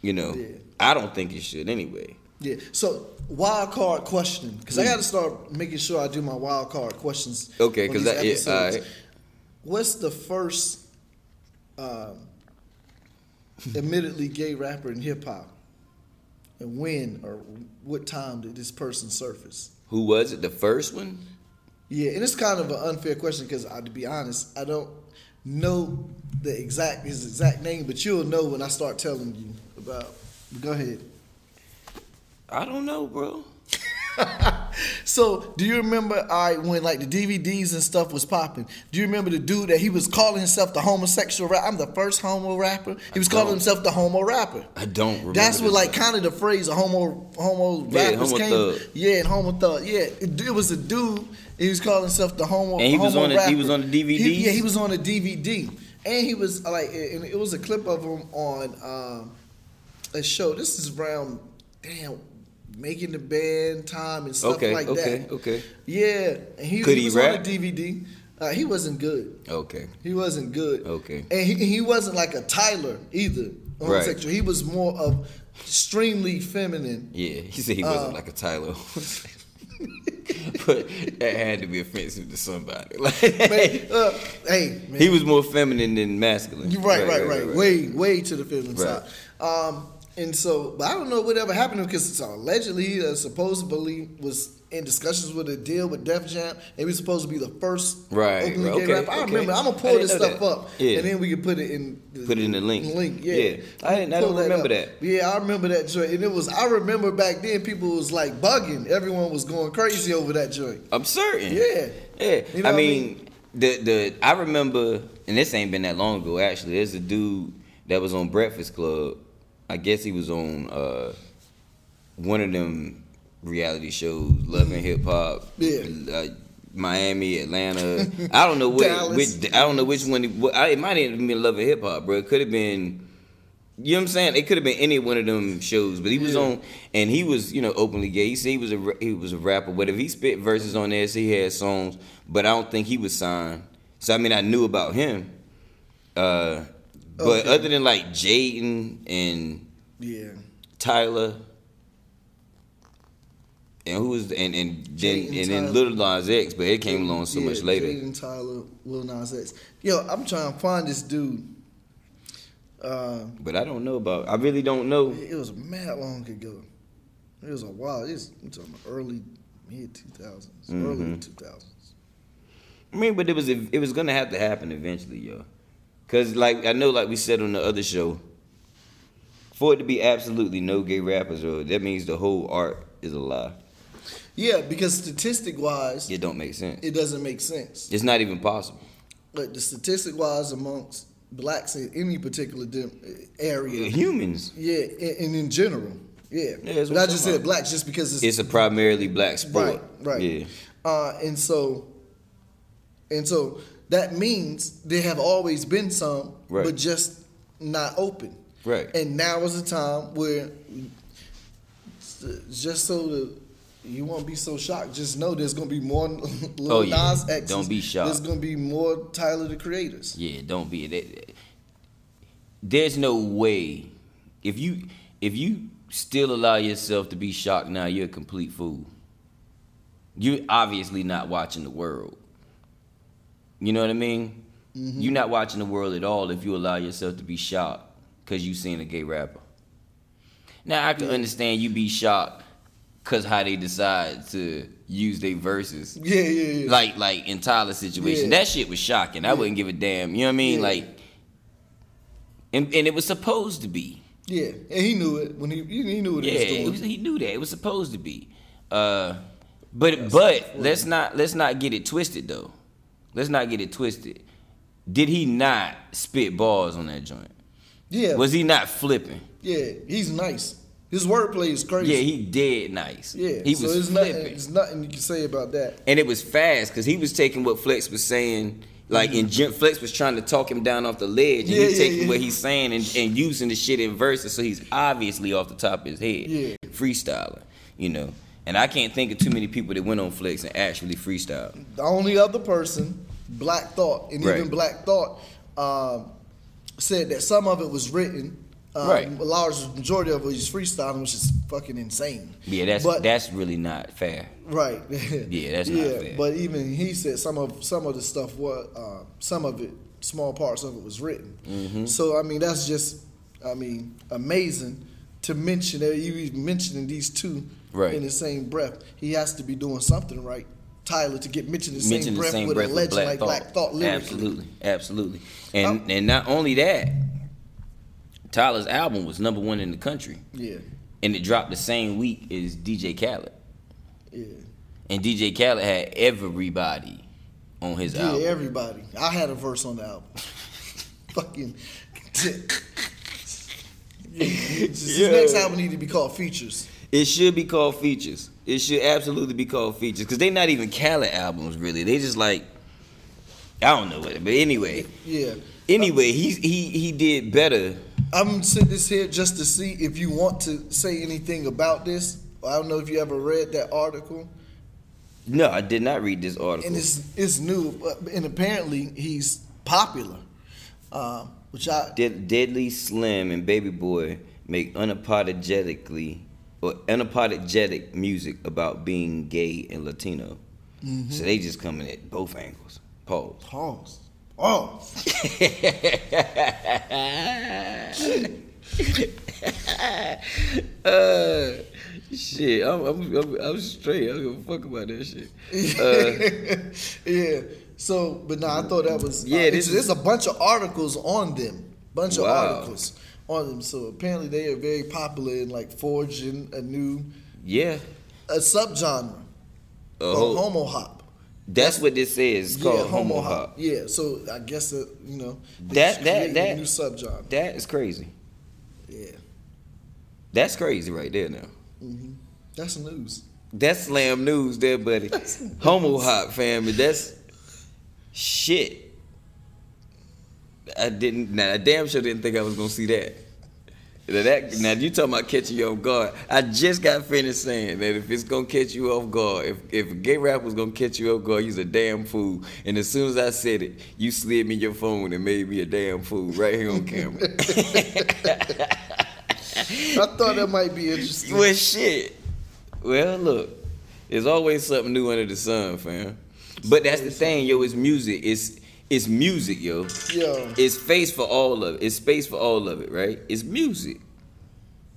C: You know,
D: Yeah.
C: I don't think it should anyway.
D: Yeah. So wild card question, because I
C: Mm.
D: got to start making sure I do my wild card questions.
C: Okay,
D: on
C: 'cause
D: these
C: that- yeah,
D: episodes.
C: alright.
D: What's the first, um, admittedly gay rapper in hip hop, and when or what time did this person surface?
C: Who was it? The first one?
D: Yeah, and it's kind of an unfair question because, to be honest, I don't know the exact his exact name, but you'll know when I start telling you about. Go ahead.
C: I don't know, bro.
D: So, do you remember I when like the DVDs and stuff was popping? Do you remember the dude that he was calling himself the homosexual rapper? I'm the first homo rapper. He was calling
C: don't.
D: himself the homo rapper.
C: I don't remember.
D: That's
C: this
D: what like
C: guy.
D: kind of the phrase of homo homo
C: Yeah,
D: rappers
C: homo
D: came.
C: thug.
D: Yeah, and homo thug. Yeah, it, it was a dude. He was calling himself the homo.
C: And he was
D: homo
C: on the- he
D: rapper.
C: was on the DVD?
D: He- yeah, he was on a DVD, and he was like, and it was a clip of him on um, a show. This is around damn making the band time and stuff
C: Okay,
D: like
C: okay,
D: that.
C: okay.
D: Yeah, and he,
C: Could
D: he
C: he
D: was on
C: rap?
D: a DVD. Uh, he wasn't good.
C: Okay.
D: He wasn't good.
C: Okay.
D: And he, he wasn't like a Tyler either. Homosexual. He was more of extremely feminine.
C: Yeah, he said he wasn't
D: Uh.
C: like a Tyler. but that had to be offensive to somebody. Like,
D: Man, uh, hey, man.
C: he was more feminine than masculine.
D: You're right, right, right, Way, way to the feminine
C: Right.
D: side. Um, and so, but I don't know whatever happened to him because allegedly, he, uh, supposedly, was in discussions with a deal with Def Jam, and he was supposed to be the first
C: Right,
D: openly
C: right,
D: gay
C: okay,
D: rapper. I
C: okay.
D: remember. I'm gonna
C: I
D: pull
C: didn't
D: this
C: know
D: stuff
C: that.
D: up,
C: Yeah.
D: and then we can put it in. The,
C: Put it in the link.
D: Link, yeah.
C: Yeah. I didn't- I
D: Pull
C: don't remember
D: up.
C: that.
D: Yeah, I remember that joint, and it was. I remember back then, people was like bugging. Everyone was going crazy over that joint.
C: I'm certain.
D: Yeah.
C: Yeah.
D: You know
C: I
D: what I
C: mean, the the I remember, and this ain't been that long ago actually. There's a dude that was on Breakfast Club. I guess he was on uh, one of them reality shows, Love and Hip Hop.
D: Yeah.
C: Uh, Miami, Atlanta. I don't know what.
D: Dallas.
C: Which, I don't know which one. What, I, it might have been Love and Hip Hop, bro. It could have been. You know what I'm saying? It could have been any one of them shows, but he was
D: Yeah.
C: on, and he was, you know, openly gay. He said he was a ra- he was a rapper, but if he spit verses on there, so he had songs, but I don't think he was signed. So I mean, I knew about him, uh, but
D: Okay.
C: other than like Jaden and
D: Yeah.
C: Tyler, and who was and and then
D: Jaden,
C: and
D: Tyler.
C: then Little Nas X, but it came along so
D: Yeah,
C: much later.
D: Jaden Tyler, Lil Nas X. Yo, I'm trying to find this dude. Uh,
C: But I don't know about. I really don't know.
D: it was mad long ago. It was a
C: Mm-hmm.
D: while. It's I'm talking about early mid 2000s, early 2000s.
C: I mean, but it was it was gonna have to happen eventually, yo. Cause like I know, like we said on the other show, for it to be absolutely no gay rappers, or that means the whole art is a lie.
D: Yeah, because statistic wise,
C: It don't make sense.
D: it doesn't make sense.
C: It's not even possible.
D: But the statistic wise amongst blacks in any particular dem-
C: We're
D: area,
C: humans.
D: yeah, a- and in general, yeah.
C: Yeah, that's
D: but
C: what
D: I
C: I'm
D: just
C: talking
D: said
C: about.
D: blacks just because it's,
C: It's a primarily black sport.
D: right, right.
C: Yeah.
D: Uh, and so, and so that means there have always been some,
C: Right.
D: but just not open.
C: Right.
D: And now is a time where, just so the, you won't be so shocked. Just know there's gonna be more Lil
C: Oh, yeah.
D: Nas X's.
C: Don't be shocked.
D: There's gonna be more Tyler the Creators.
C: Yeah, don't be. That, that- there's no way if you if you still allow yourself to be shocked now, you're a complete fool. You're obviously not watching the world. You know what I mean? You're not watching the world at all if you allow yourself to be shocked because you seen a gay rapper. Now I can understand you be shocked because how they decide to use their verses
D: Yeah, yeah, yeah.
C: like like in Tyler's situation.
D: Yeah.
C: That shit was shocking. I wouldn't give a damn. You know what I mean?
D: Yeah.
C: Like, and, and it was supposed to be.
D: yeah, and he knew it when he he he knew what
C: Yeah,
D: he
C: it
D: was
C: was,
D: doing.
C: he knew that it was supposed to be. Uh, but but let's not let's not get it twisted though. Let's not get it twisted. Did he not spit balls on that joint?
D: Yeah,
C: Was he not flipping?
D: yeah, he's nice. His wordplay is crazy.
C: Yeah, he did nice.
D: Yeah,
C: he
D: so
C: was
D: there's
C: flipping.
D: nothing, there's nothing you can say about that.
C: and it was fast because he was taking what Flex was saying, like, and Jim Flex was trying to talk him down off the ledge, and
D: Yeah,
C: he's
D: yeah,
C: taking
D: yeah.
C: what he's saying and, and using the shit in verses, so he's obviously off the top of his head,
D: Yeah.
C: freestyling, you know. And I can't think of too many people that went on Flex and actually freestyled.
D: The only other person, Black Thought, and
C: Right.
D: even Black Thought, um, said that some of it was written. Um,
C: Right.
D: A large majority of it was freestyling, which is fucking insane.
C: Yeah, that's
D: but,
C: that's really not fair.
D: right.
C: Yeah, that's not
D: yeah.
C: fair.
D: But even he said some of some of the stuff was uh, some of it, small parts of it was written.
C: Mm-hmm.
D: So I mean, that's just, I mean, amazing to mention that you even mentioning these two
C: Right.
D: in the same breath. He has to be doing something right, Tyler, to get mentioned in the
C: Mention
D: same
C: the
D: breath
C: same
D: with
C: breath
D: a
C: with
D: legend
C: Black
D: like
C: Thought.
D: Black Thought lyrically.
C: Absolutely, absolutely, and and not only that, Tyler's album was number one in the country,
D: Yeah,
C: and it dropped the same week as DJ Khaled.
D: yeah,
C: And DJ Khaled had everybody on his
D: yeah.
C: album.
D: Everybody, I had a verse on the album. Fucking. His
C: Yeah.
D: next album need to be called Features.
C: it should be called Features. It should absolutely be called Features because they're not even Khaled albums really. They just like I don't know what. But anyway,
D: Yeah.
C: anyway, he he he did better.
D: I'm sitting this here just to see if you want to say anything about this. I don't know if you ever read that article,
C: No, I did not read this article.
D: and it's it's new, but- and apparently he's popular, um, which I
C: Dead, Deadly Slim and Baby Boy make unapologetically or unapologetic music about being gay and Latino.
D: Mm-hmm.
C: So they just coming at both angles. Pause.
D: pause. Oh,
C: Uh, shit, I'm, I'm, I'm, I'm straight. I don't give a fuck about that shit. Uh,
D: yeah. So, but no, I thought that was
C: Yeah,
D: uh,
C: this
D: it's,
C: is-
D: there's a bunch of articles on them, bunch of
C: Wow.
D: articles on them. So apparently they are very popular in like forging a new
C: yeah.
D: a subgenre,
C: A
D: called
C: whole-
D: homo hop.
C: that's what this is. It's called homo hop.
D: Yeah, so I guess that you know they
C: That-
D: just
C: that-
D: created
C: that-
D: a new subgenre.
C: That is crazy.
D: Yeah,
C: That's crazy right there now.
D: that's the news.
C: That's slam news there, buddy.
D: That's-
C: homo hop, family. That's shit. I didn't. Now, I damn sure didn't think I was gonna see that. Now, that, now you talking about catching you off guard. I just got finished saying that if it's gonna catch you off guard, if if a gay rap was gonna catch you off guard, you's a damn fool. And as soon as I said it, you slid me your phone and made me a damn fool right here on camera.
D: I thought that might be interesting.
C: Well, shit. Well, look, there's always something new under the sun, fam. But that's the thing, yo. It's music. It's it's music, yo.
D: Yo.
C: It's space for all of it. It's space for all of it, right? It's music.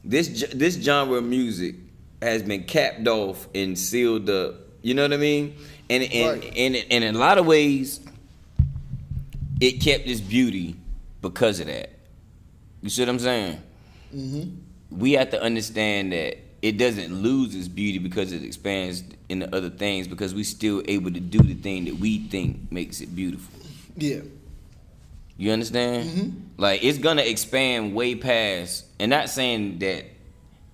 C: This ge- this genre of music has been capped off and sealed up. You know what I mean? and and,
D: Right.
C: and and in a lot of ways, it kept its beauty because of that. You see what I'm saying? We have to understand that it doesn't lose its beauty because it expands into other things because we still able to do the thing that we think makes it beautiful.
D: Yeah.
C: You understand?
D: Mm-hmm.
C: Like it's gonna expand way past, and not saying that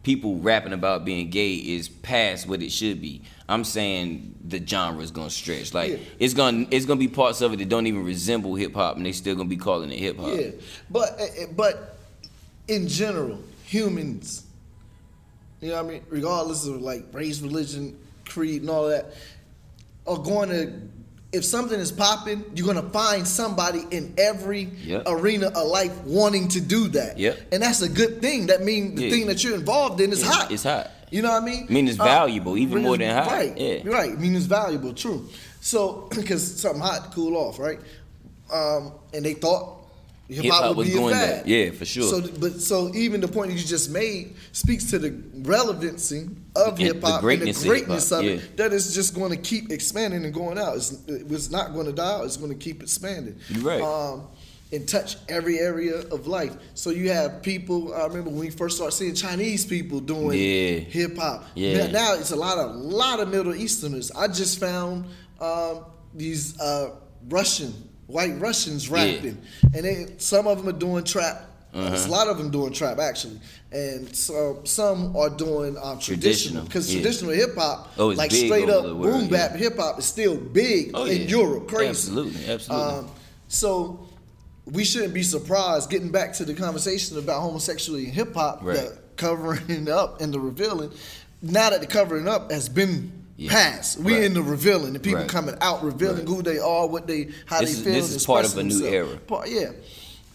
C: people rapping about being gay is past what it should be. I'm saying the genre is gonna stretch. Like
D: Yeah.
C: it's gonna it's gonna be parts of it that don't even resemble hip hop, and they still gonna be calling it hip hop.
D: Yeah, but eh, eh, but in general, humans, you know what I mean, regardless of like race, religion, creed, and all that, are going to. If something is popping, you're gonna find somebody in every
C: Yep.
D: arena of life wanting to do that.
C: Yep.
D: and that's a good thing. That means the
C: Yeah.
D: thing that you're involved in is
C: Yeah,
D: hot.
C: it's hot.
D: You know what I mean?
C: I mean, it's valuable, even
D: mean,
C: more
D: it's-
C: than hot.
D: Right.
C: Yeah.
D: You're right. I mean, it's valuable. True. So, because something hot cool off, right? Um, and they thought hip
C: Hip-hop
D: hop would
C: was
D: be going
C: going
D: a
C: there.
D: fad.
C: Yeah, for sure.
D: So, but so even the point you just made speaks to the relevancy of
C: The-
D: hip
C: the
D: hop and the
C: greatness of
D: greatness
C: hip-hop,
D: of
C: yeah.
D: it. That it's just going to keep expanding and going out. It's, it's not going to die. out. It's going to keep expanding.
C: You right.
D: Um, and touch every area of life. So you have people. I remember when we first started seeing Chinese people doing
C: Yeah.
D: hip hop.
C: Yeah.
D: Now, now it's a lot of lot of Middle Easterners. I just found um, these uh, Russian white Russians rapping, and they, some of them are doing trap.
C: Uh-huh.
D: There's a lot of them doing trap actually, and so some are doing um,
C: Traditional,
D: traditional because
C: yeah.
D: traditional hip hop,
C: Oh, it's
D: like
C: big
D: straight
C: all
D: up
C: over the world,
D: boom bap hip hop, is still big
C: Oh,
D: in
C: yeah.
D: Europe. Crazy,
C: Absolutely, absolutely.
D: Um, so we shouldn't be surprised. Getting back to the conversation about homosexuality and hip hop,
C: Right.
D: the covering up and the revealing. Now that the covering up has been
C: Yeah.
D: passed, we
C: Right.
D: in the revealing. The people
C: Right.
D: coming out revealing
C: Right.
D: who they are, what they, how
C: This
D: they
C: is-
D: feel.
C: this
D: and
C: is part of
D: expressing
C: a new
D: themselves.
C: era.
D: Part, yeah,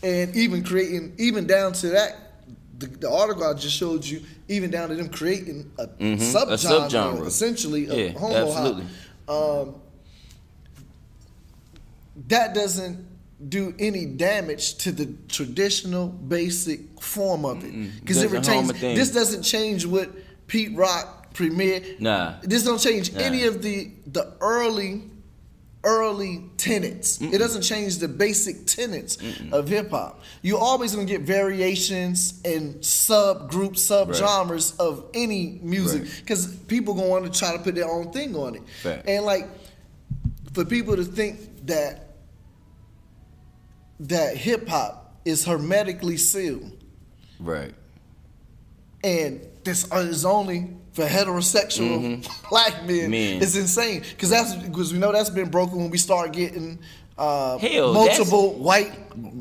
D: and even creating, even down to that. The, the article I just showed you, even down to them creating a subgenre,
C: Mm-hmm. subgenre.
D: essentially, of
C: Yeah,
D: homo hop.
C: absolutely.
D: Um, that doesn't do any damage to the traditional basic form of it because it
C: Doesn't harm
D: retains.
C: a thing.
D: This doesn't change what Pete Rock Premier.
C: Nah.
D: This don't change
C: Nah.
D: any of the the early early tenets. It doesn't change the basic tenets of hip hop. You're always gonna get variations and subgroups, subgenres of any music
C: Right.
D: because people gonna want to try to put their own thing on it.
C: Fact.
D: And like for people to think that that hip hop is hermetically sealed
C: Right.
D: and this is only for heterosexual black men.
C: Mm-hmm. Men.
D: It's insane because that's because we know that's been broken when we start getting uh,
C: Hell,
D: multiple white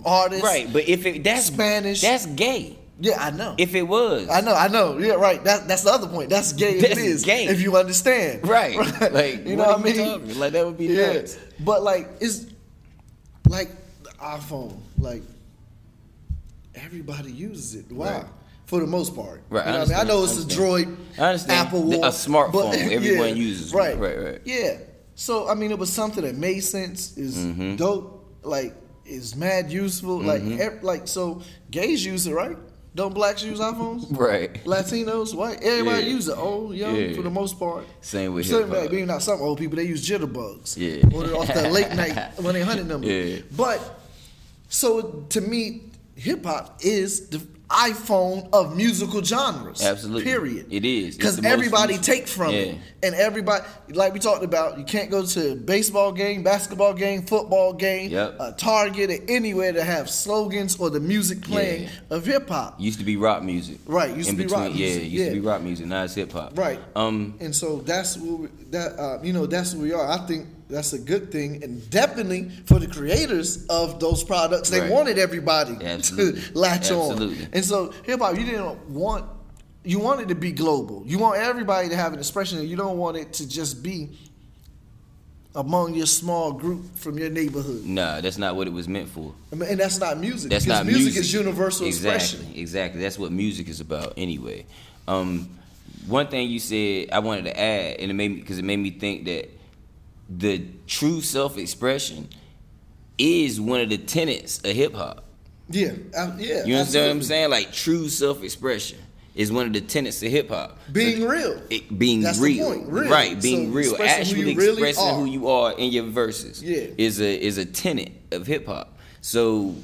D: artists.
C: Right. But if it that's
D: Spanish.
C: that's gay.
D: Yeah, I know.
C: If it was,
D: I know, I know. Yeah, right. That, that's the other point. That's gay.
C: That's
D: it is
C: gay.
D: if you understand.
C: Right. Like,
D: you know
C: what are
D: what, I
C: you
D: mean?
C: talking? Like, that would be
D: yeah.
C: nuts.
D: But like it's like the iPhone. Like everybody uses it. Why?
C: Right.
D: For the most part.
C: Right, I
D: You know what I mean? I
C: understand,
D: know
C: I
D: it's a
C: understand.
D: Droid.
C: I understand.
D: Apple
C: The- a
D: Watch,
C: smartphone,
D: but-
C: everyone uses one.
D: Right.
C: Right, right.
D: Yeah. So I mean, it was something that made sense. Is
C: Mm-hmm.
D: dope. Like is mad useful. Like
C: Mm-hmm.
D: ev- like so, gays use it, right? Don't blacks use iPhones?
C: Right.
D: Latinos, white, everybody
C: Yeah.
D: use it. Old, young,
C: Yeah.
D: for the most part.
C: Same with
D: Some-
C: hip-hop.
D: like, Maybe not some old people. They use jitterbugs.
C: Yeah.
D: Or they're off that late night one eight hundred number.
C: Yeah.
D: But so to me, hip hop is the iPhone of musical genres.
C: Absolutely.
D: Period.
C: It is. It's
D: because
C: the most
D: everybody
C: used.
D: take from
C: Yeah.
D: it, and everybody like we talked about. You can't go to a baseball game, basketball game, football game,
C: Yep.
D: a Target, or anywhere to have slogans or the music playing
C: Yeah.
D: of hip hop.
C: Used to be rock music.
D: Right, used
C: In
D: to be rock music,
C: Yeah, used to be
D: yeah.
C: rock music. Now it's hip hop.
D: Right.
C: Um.
D: And so that's what we, that uh, you know that's what we are. I think that's a good thing, and definitely for the creators of those products, they
C: Right.
D: wanted everybody
C: Absolutely.
D: to latch
C: Absolutely.
D: on. And so hip hop, you didn't want you want it to be global. You want everybody to have an expression. and You don't want it to just be among your small group from your neighborhood.
C: Nah, that's not what it was meant for.
D: I mean, and that's not music.
C: That's
D: because
C: not
D: music.
C: music.
D: is universal
C: exactly,
D: expression.
C: Exactly. That's what music is about anyway. Um, one thing you said I wanted to add, and it made me because it made me think that the true self expression is one of the tenets of hip hop.
D: Yeah, I- yeah.
C: You understand what I'm
D: absolutely.
C: saying? Like true self expression. is one of the tenets of hip hop.
D: Being real.
C: It being
D: That's the
C: real.
D: point, real.
C: Right, being
D: So
C: real.
D: expressing who
C: Actually
D: you really
C: expressing
D: are.
C: who you are in your verses
D: Yeah.
C: is a is a tenet of hip hop. So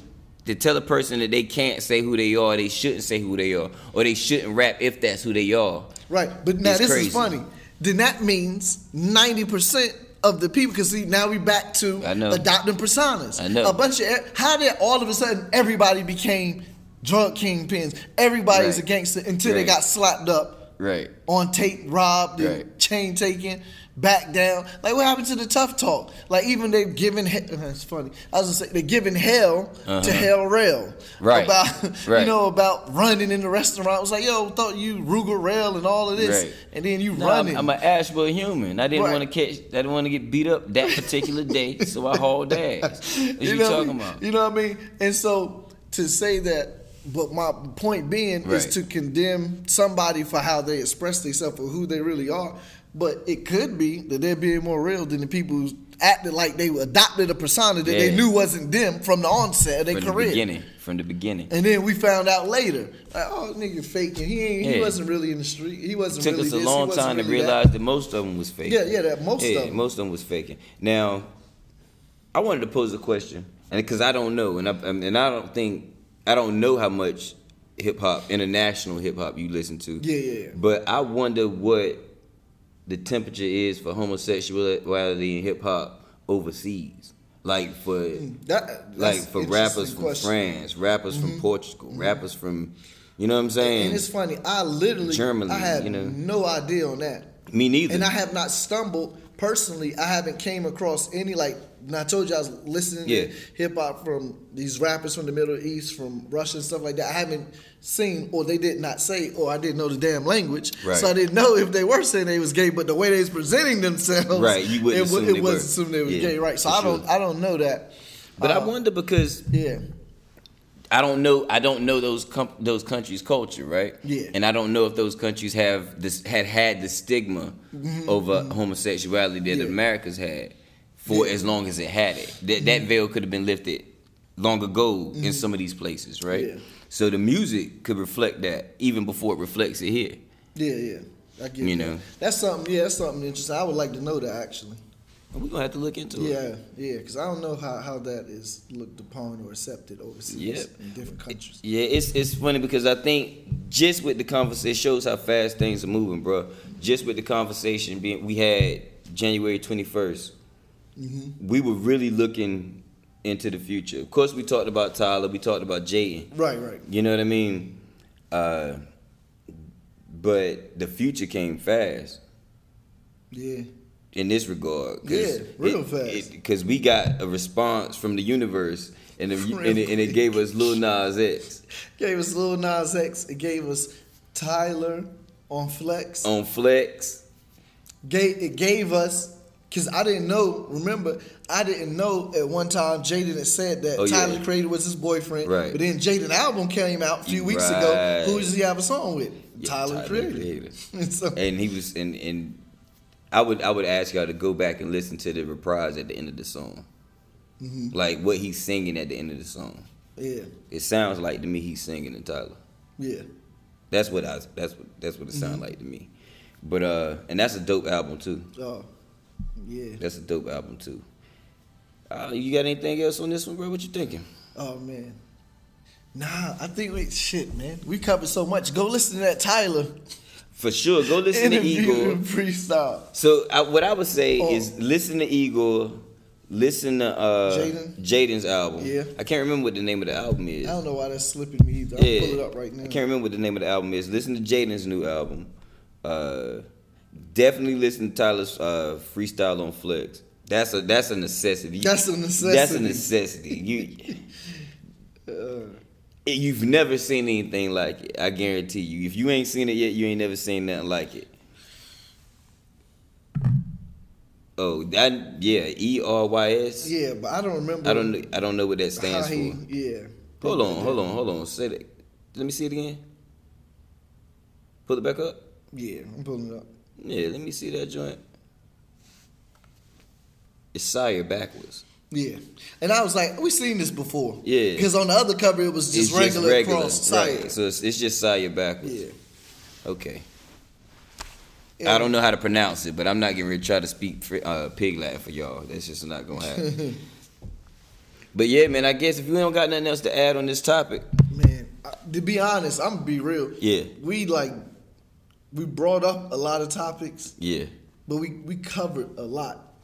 C: to tell a person that they can't say who they are, they shouldn't say who they are, or they shouldn't rap if that's who they are.
D: Right. But now
C: It's
D: this
C: crazy.
D: is funny. Then that means 90% of the people, because see, now we back to
C: I know.
D: adopting personas.
C: I know.
D: A bunch of, e, how did all of a sudden everybody became drug kingpins? Everybody's
C: Right.
D: a gangster until they
C: Right.
D: got slapped up
C: Right.
D: on tape, robbed, and
C: Right.
D: chain taken, back down. Like what happened to the tough talk? Like even they've given he- it's funny. I was gonna say they're giving hell to Hell Rail.
C: Uh-huh. Right.
D: About you
C: Right.
D: know, about running in the restaurant. I was like, yo, thought you Ruger Rail and all of this.
C: Right.
D: And then you
C: No, I'm,
D: running.
C: I'm an Asheville human. I didn't
D: Right.
C: want to catch. I didn't want to get beat up that particular day, so I hauled ass. What you,
D: know what I
C: talking
D: mean?
C: about?
D: You know what I mean? And so to say that but my point being is
C: Right.
D: to condemn somebody for how they express themselves or who they really are. But it could be that they're being more real than the people who acted like they adopted a persona that they
C: Yeah.
D: knew wasn't them from the onset of their
C: From the
D: career.
C: beginning. From the beginning.
D: And then we found out later, like, oh, nigga faking. He ain't, he
C: Yeah.
D: wasn't really in the street. He wasn't
C: took
D: really
C: us a
D: this. He
C: long
D: wasn't
C: time to
D: really that.
C: realize that. most of them was faking.
D: Yeah, yeah, that most of
C: yeah,
D: 'em.
C: most of them was faking. Now, I wanted to pose a question, and because I don't know, and I I mean, and I don't think I don't know how much hip hop, international hip hop, you listen to.
D: Yeah, yeah, yeah.
C: But I wonder what the temperature is for homosexuality in hip hop overseas, like for
D: That-
C: like
D: Hmm. that's
C: for
D: interesting
C: rappers from
D: question. Mm-hmm.
C: France, rappers from Portugal, rappers from. You know what I'm saying?
D: And it's funny, I literally,
C: Germany,
D: I had
C: you know.
D: no idea on that.
C: Me neither.
D: And I have not stumbled personally. I haven't came across any like. And I told you I was listening
C: Yeah.
D: to hip hop from these rappers from the Middle East, from Russia and stuff like that. I haven't seen, or they did not say, or I didn't know the damn language,
C: Right.
D: so I didn't know if they were saying they was gay. But the way they was presenting themselves,
C: Right, you wouldn't
D: it, wa-
C: assume
D: it
C: they
D: was
C: were.
D: assumed they was
C: Yeah,
D: gay, right? So
C: for
D: I don't,
C: sure.
D: I don't know that.
C: but I
D: Uh,
C: wonder because
D: Yeah,
C: I don't know. I don't know those com- those countries' culture, right?
D: Yeah.
C: And I don't know if those countries have this had had the stigma over homosexuality that
D: Mm-hmm. Yeah.
C: America's had for
D: Yeah. Mm-hmm.
C: as long as it had it. That that veil could have been lifted long ago in some of these places, right?
D: Yeah.
C: So the music could reflect that even before it reflects it here.
D: yeah, yeah. I get
C: You
D: that.
C: know.
D: that's something. Yeah, that's something interesting. I would like to know that actually.
C: And We're gonna have to look into it.
D: Yeah, yeah, because I don't know how, how that is looked upon or accepted overseas
C: Yep.
D: in different countries.
C: Yeah, it's it's funny because I think just with the conversation it shows how fast things are moving, bro. Just with the conversation being we had January twenty
D: Mm-hmm.
C: we were really looking into the future. Of course, we talked about Tyler, we talked about Jaden.
D: Right, right.
C: You know what I mean? Uh, but the future came fast
D: Yeah,
C: in this regard.
D: Yeah, real fast.
C: Because we got a response from the universe, and, the, and, it, and it gave us Lil Nas X
D: gave us Lil Nas X. It gave us Tyler on Flex.
C: on Flex.
D: Gave, it gave us because I didn't know. Remember, I didn't know at one time Jaden had said that
C: Oh, yeah.
D: Tyler Creator was his boyfriend.
C: Right.
D: But then Jaden album came out a few weeks ago.
C: Right.
D: Who does he have a song with?
C: Yeah,
D: Tyler,
C: Tyler
D: Creator.
C: Creator.
D: And so,
C: and he was and and I would I would ask y'all to go back and listen to the reprise at the end of the song,
D: Mm-hmm.
C: like what he's singing at the end of the song.
D: yeah,
C: It sounds like to me he's singing to Tyler.
D: yeah.
C: That's what I that's what that's what it
D: Mm-hmm.
C: sounds like to me. But uh, and that's a dope album too.
D: Oh, yeah.
C: That's a dope album too. Uh, you got anything else on this one, bro? What you thinking?
D: Oh man. Nah, I think we shit, man. We covered so much. Go listen to that Tyler
C: For sure, go listen to
D: interview
C: Igor.
D: and freestyle.
C: So I, what I would say
D: Oh.
C: is listen to Igor, listen to uh,
D: Jaden?
C: Jaden's album.
D: Yeah.
C: I can't remember what the name of the album
D: I
C: is.
D: don't know why that's slipping me either. I'll
C: yeah,
D: pull it up right now.
C: I can't remember what the name of the album is. Listen to Jaden's new album. Uh, definitely listen to Tyler's uh, freestyle on Flex. That's a that's a necessity.
D: That's a
C: That's a
D: necessity. Uh.
C: necessity. You. You've never seen anything like it. I guarantee you. If you ain't seen it yet, you ain't never seen nothing like it. Oh, that yeah, E R Y S.
D: yeah, but I don't remember.
C: I don't know- I don't know what that stands
D: how he-
C: for.
D: Yeah.
C: Hold on, hold on, hold on. Say that. Let me see it again. Pull it back up.
D: Yeah, I'm pulling it up.
C: Yeah, let me see that joint. It's Sire backwards.
D: Yeah, and I was like, we seen this before.
C: Yeah.
D: because on the other cover it was just regular, cross side.
C: Right. So it's, it's just Sire backwards.
D: Yeah.
C: Okay. I don't know how to pronounce it, but I'm not getting ready to try to speak fr- uh, pig Latin for y'all. That's just not gonna happen. but yeah, man, I guess if you don't got nothing else to add on this topic,
D: Man, I- to be honest, I'm gonna be real.
C: Yeah.
D: We like we brought up a lot of topics,
C: yeah,
D: but we we covered a lot.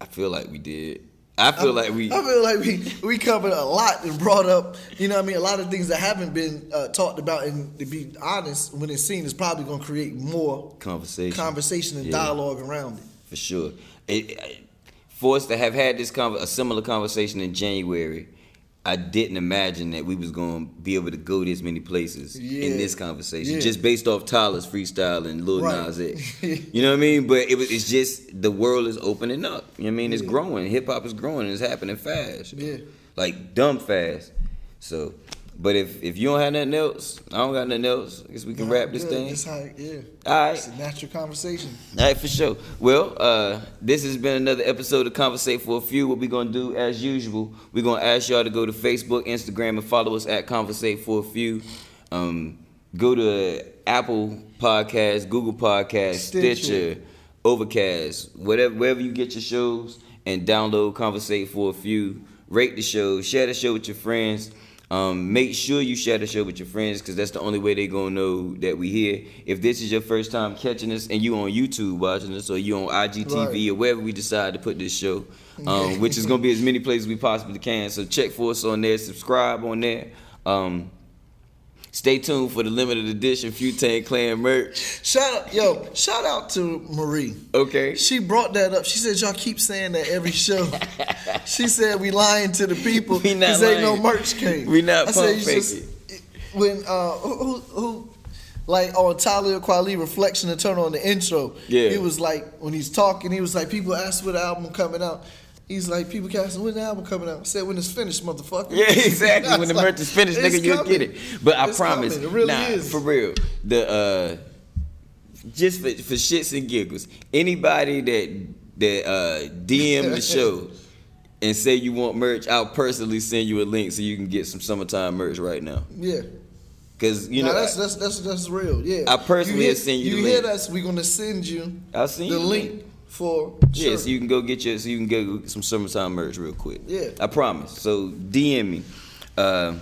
C: I feel like we did. I feel like we.
D: I feel like we we covered a lot and brought up, you know, what I mean, a lot of things that haven't been uh, talked about. And to be honest, when it's seen, it's probably gonna create more
C: Conversation.
D: conversation and
C: Yeah.
D: dialogue around it.
C: for sure. It, it, for us to have had this conver- a similar conversation in January, I didn't imagine that we was gonna be able to go this many places
D: Yeah.
C: in this conversation,
D: Yeah.
C: just based off Tyler's freestyle and Lil
D: Right.
C: Nas X. you know what I mean? But it was it's just the world is opening up. You know what I mean? It's
D: Yeah.
C: growing. Hip hop is growing. and It's happening fast.
D: Yeah.
C: like dumb fast. So. But if, if you don't have nothing else, I don't got nothing else. I guess we can wrap this
D: Good.
C: thing.
D: That's how, it- yeah.
C: All right.
D: It's a natural conversation.
C: All right, for sure. Well, uh, this has been another episode of Conversate for a Few. What we're going to do, as usual, we're going to ask y'all to go to Facebook, Instagram, and follow us at Conversate for a Few. Um, go to Apple Podcasts, Google Podcasts, Stitcher.
D: Stitcher.
C: Overcast, whatever, wherever you get your shows, and download Conversate for a Few. Rate the show, share the show with your friends. Um, make sure you share the show with your friends because that's the only way they're gonna know that we here. If this is your first time catching us and you on YouTube watching us or you on IGTV
D: Right.
C: or wherever we decide to put this show, um, which is gonna be as many places we possibly can. So check for us on there, subscribe on there. Um, stay tuned for the limited edition Futane Clan merch.
D: Shout out, yo! Shout out to Marie.
C: Okay.
D: She brought that up. She said y'all keep saying that every show. she said we lying to the people
C: We not
D: because ain't no
C: lying.
D: merch came.
C: We not pump faking.
D: when uh who, who, who like on Tyler Kweli reflection and turn on the intro.
C: Yeah.
D: he was like when he's talking, he was like people ask when the album coming out. He's like people asking when the album coming out. I said when it's finished, motherfucker.
C: Yeah, exactly.
D: I
C: When
D: was
C: the
D: like,
C: merch is finished,
D: it's
C: nigga, you'll
D: coming.
C: get it. But I
D: It's
C: promise,
D: coming. It really
C: nah,
D: is.
C: for real. The uh, just for, for shits and giggles, anybody that that uh, DM the show and say you want merch, I'll personally send you a link so you can get some summertime merch right now.
D: Yeah.
C: Cause you
D: Nah,
C: know,
D: that's, that's that's that's real. Yeah.
C: I personally
D: you hit,
C: send you the
D: You
C: link.
D: hit us, we're gonna send you
C: I, will send
D: the
C: you
D: link for
C: Yeah,
D: sure.
C: so you can go get your so you can go get some summertime merch real quick.
D: Yeah.
C: I promise. So DM me. Uh,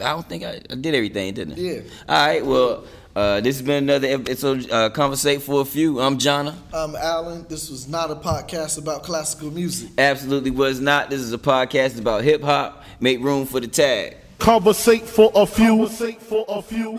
C: I don't think I, I did everything, didn't I?
D: Yeah.
C: All right. Well, uh, this has been another episode. Uh, Conversate for a few. I'm Jonna.
D: um, Alan, this was not a podcast about classical music.
C: Absolutely was not. This is a podcast about hip hop. Make room for the tag.
A: Conversate for a few. Conversate for a few.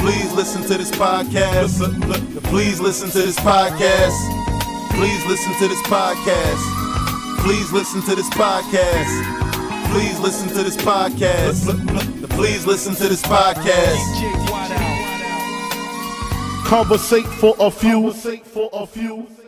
B: Please listen to this podcast. Please listen to this podcast. Please listen to this podcast. Please listen to this podcast. Please listen to this podcast. Please listen to this podcast.
A: Conversate for a few. Conversate for a few.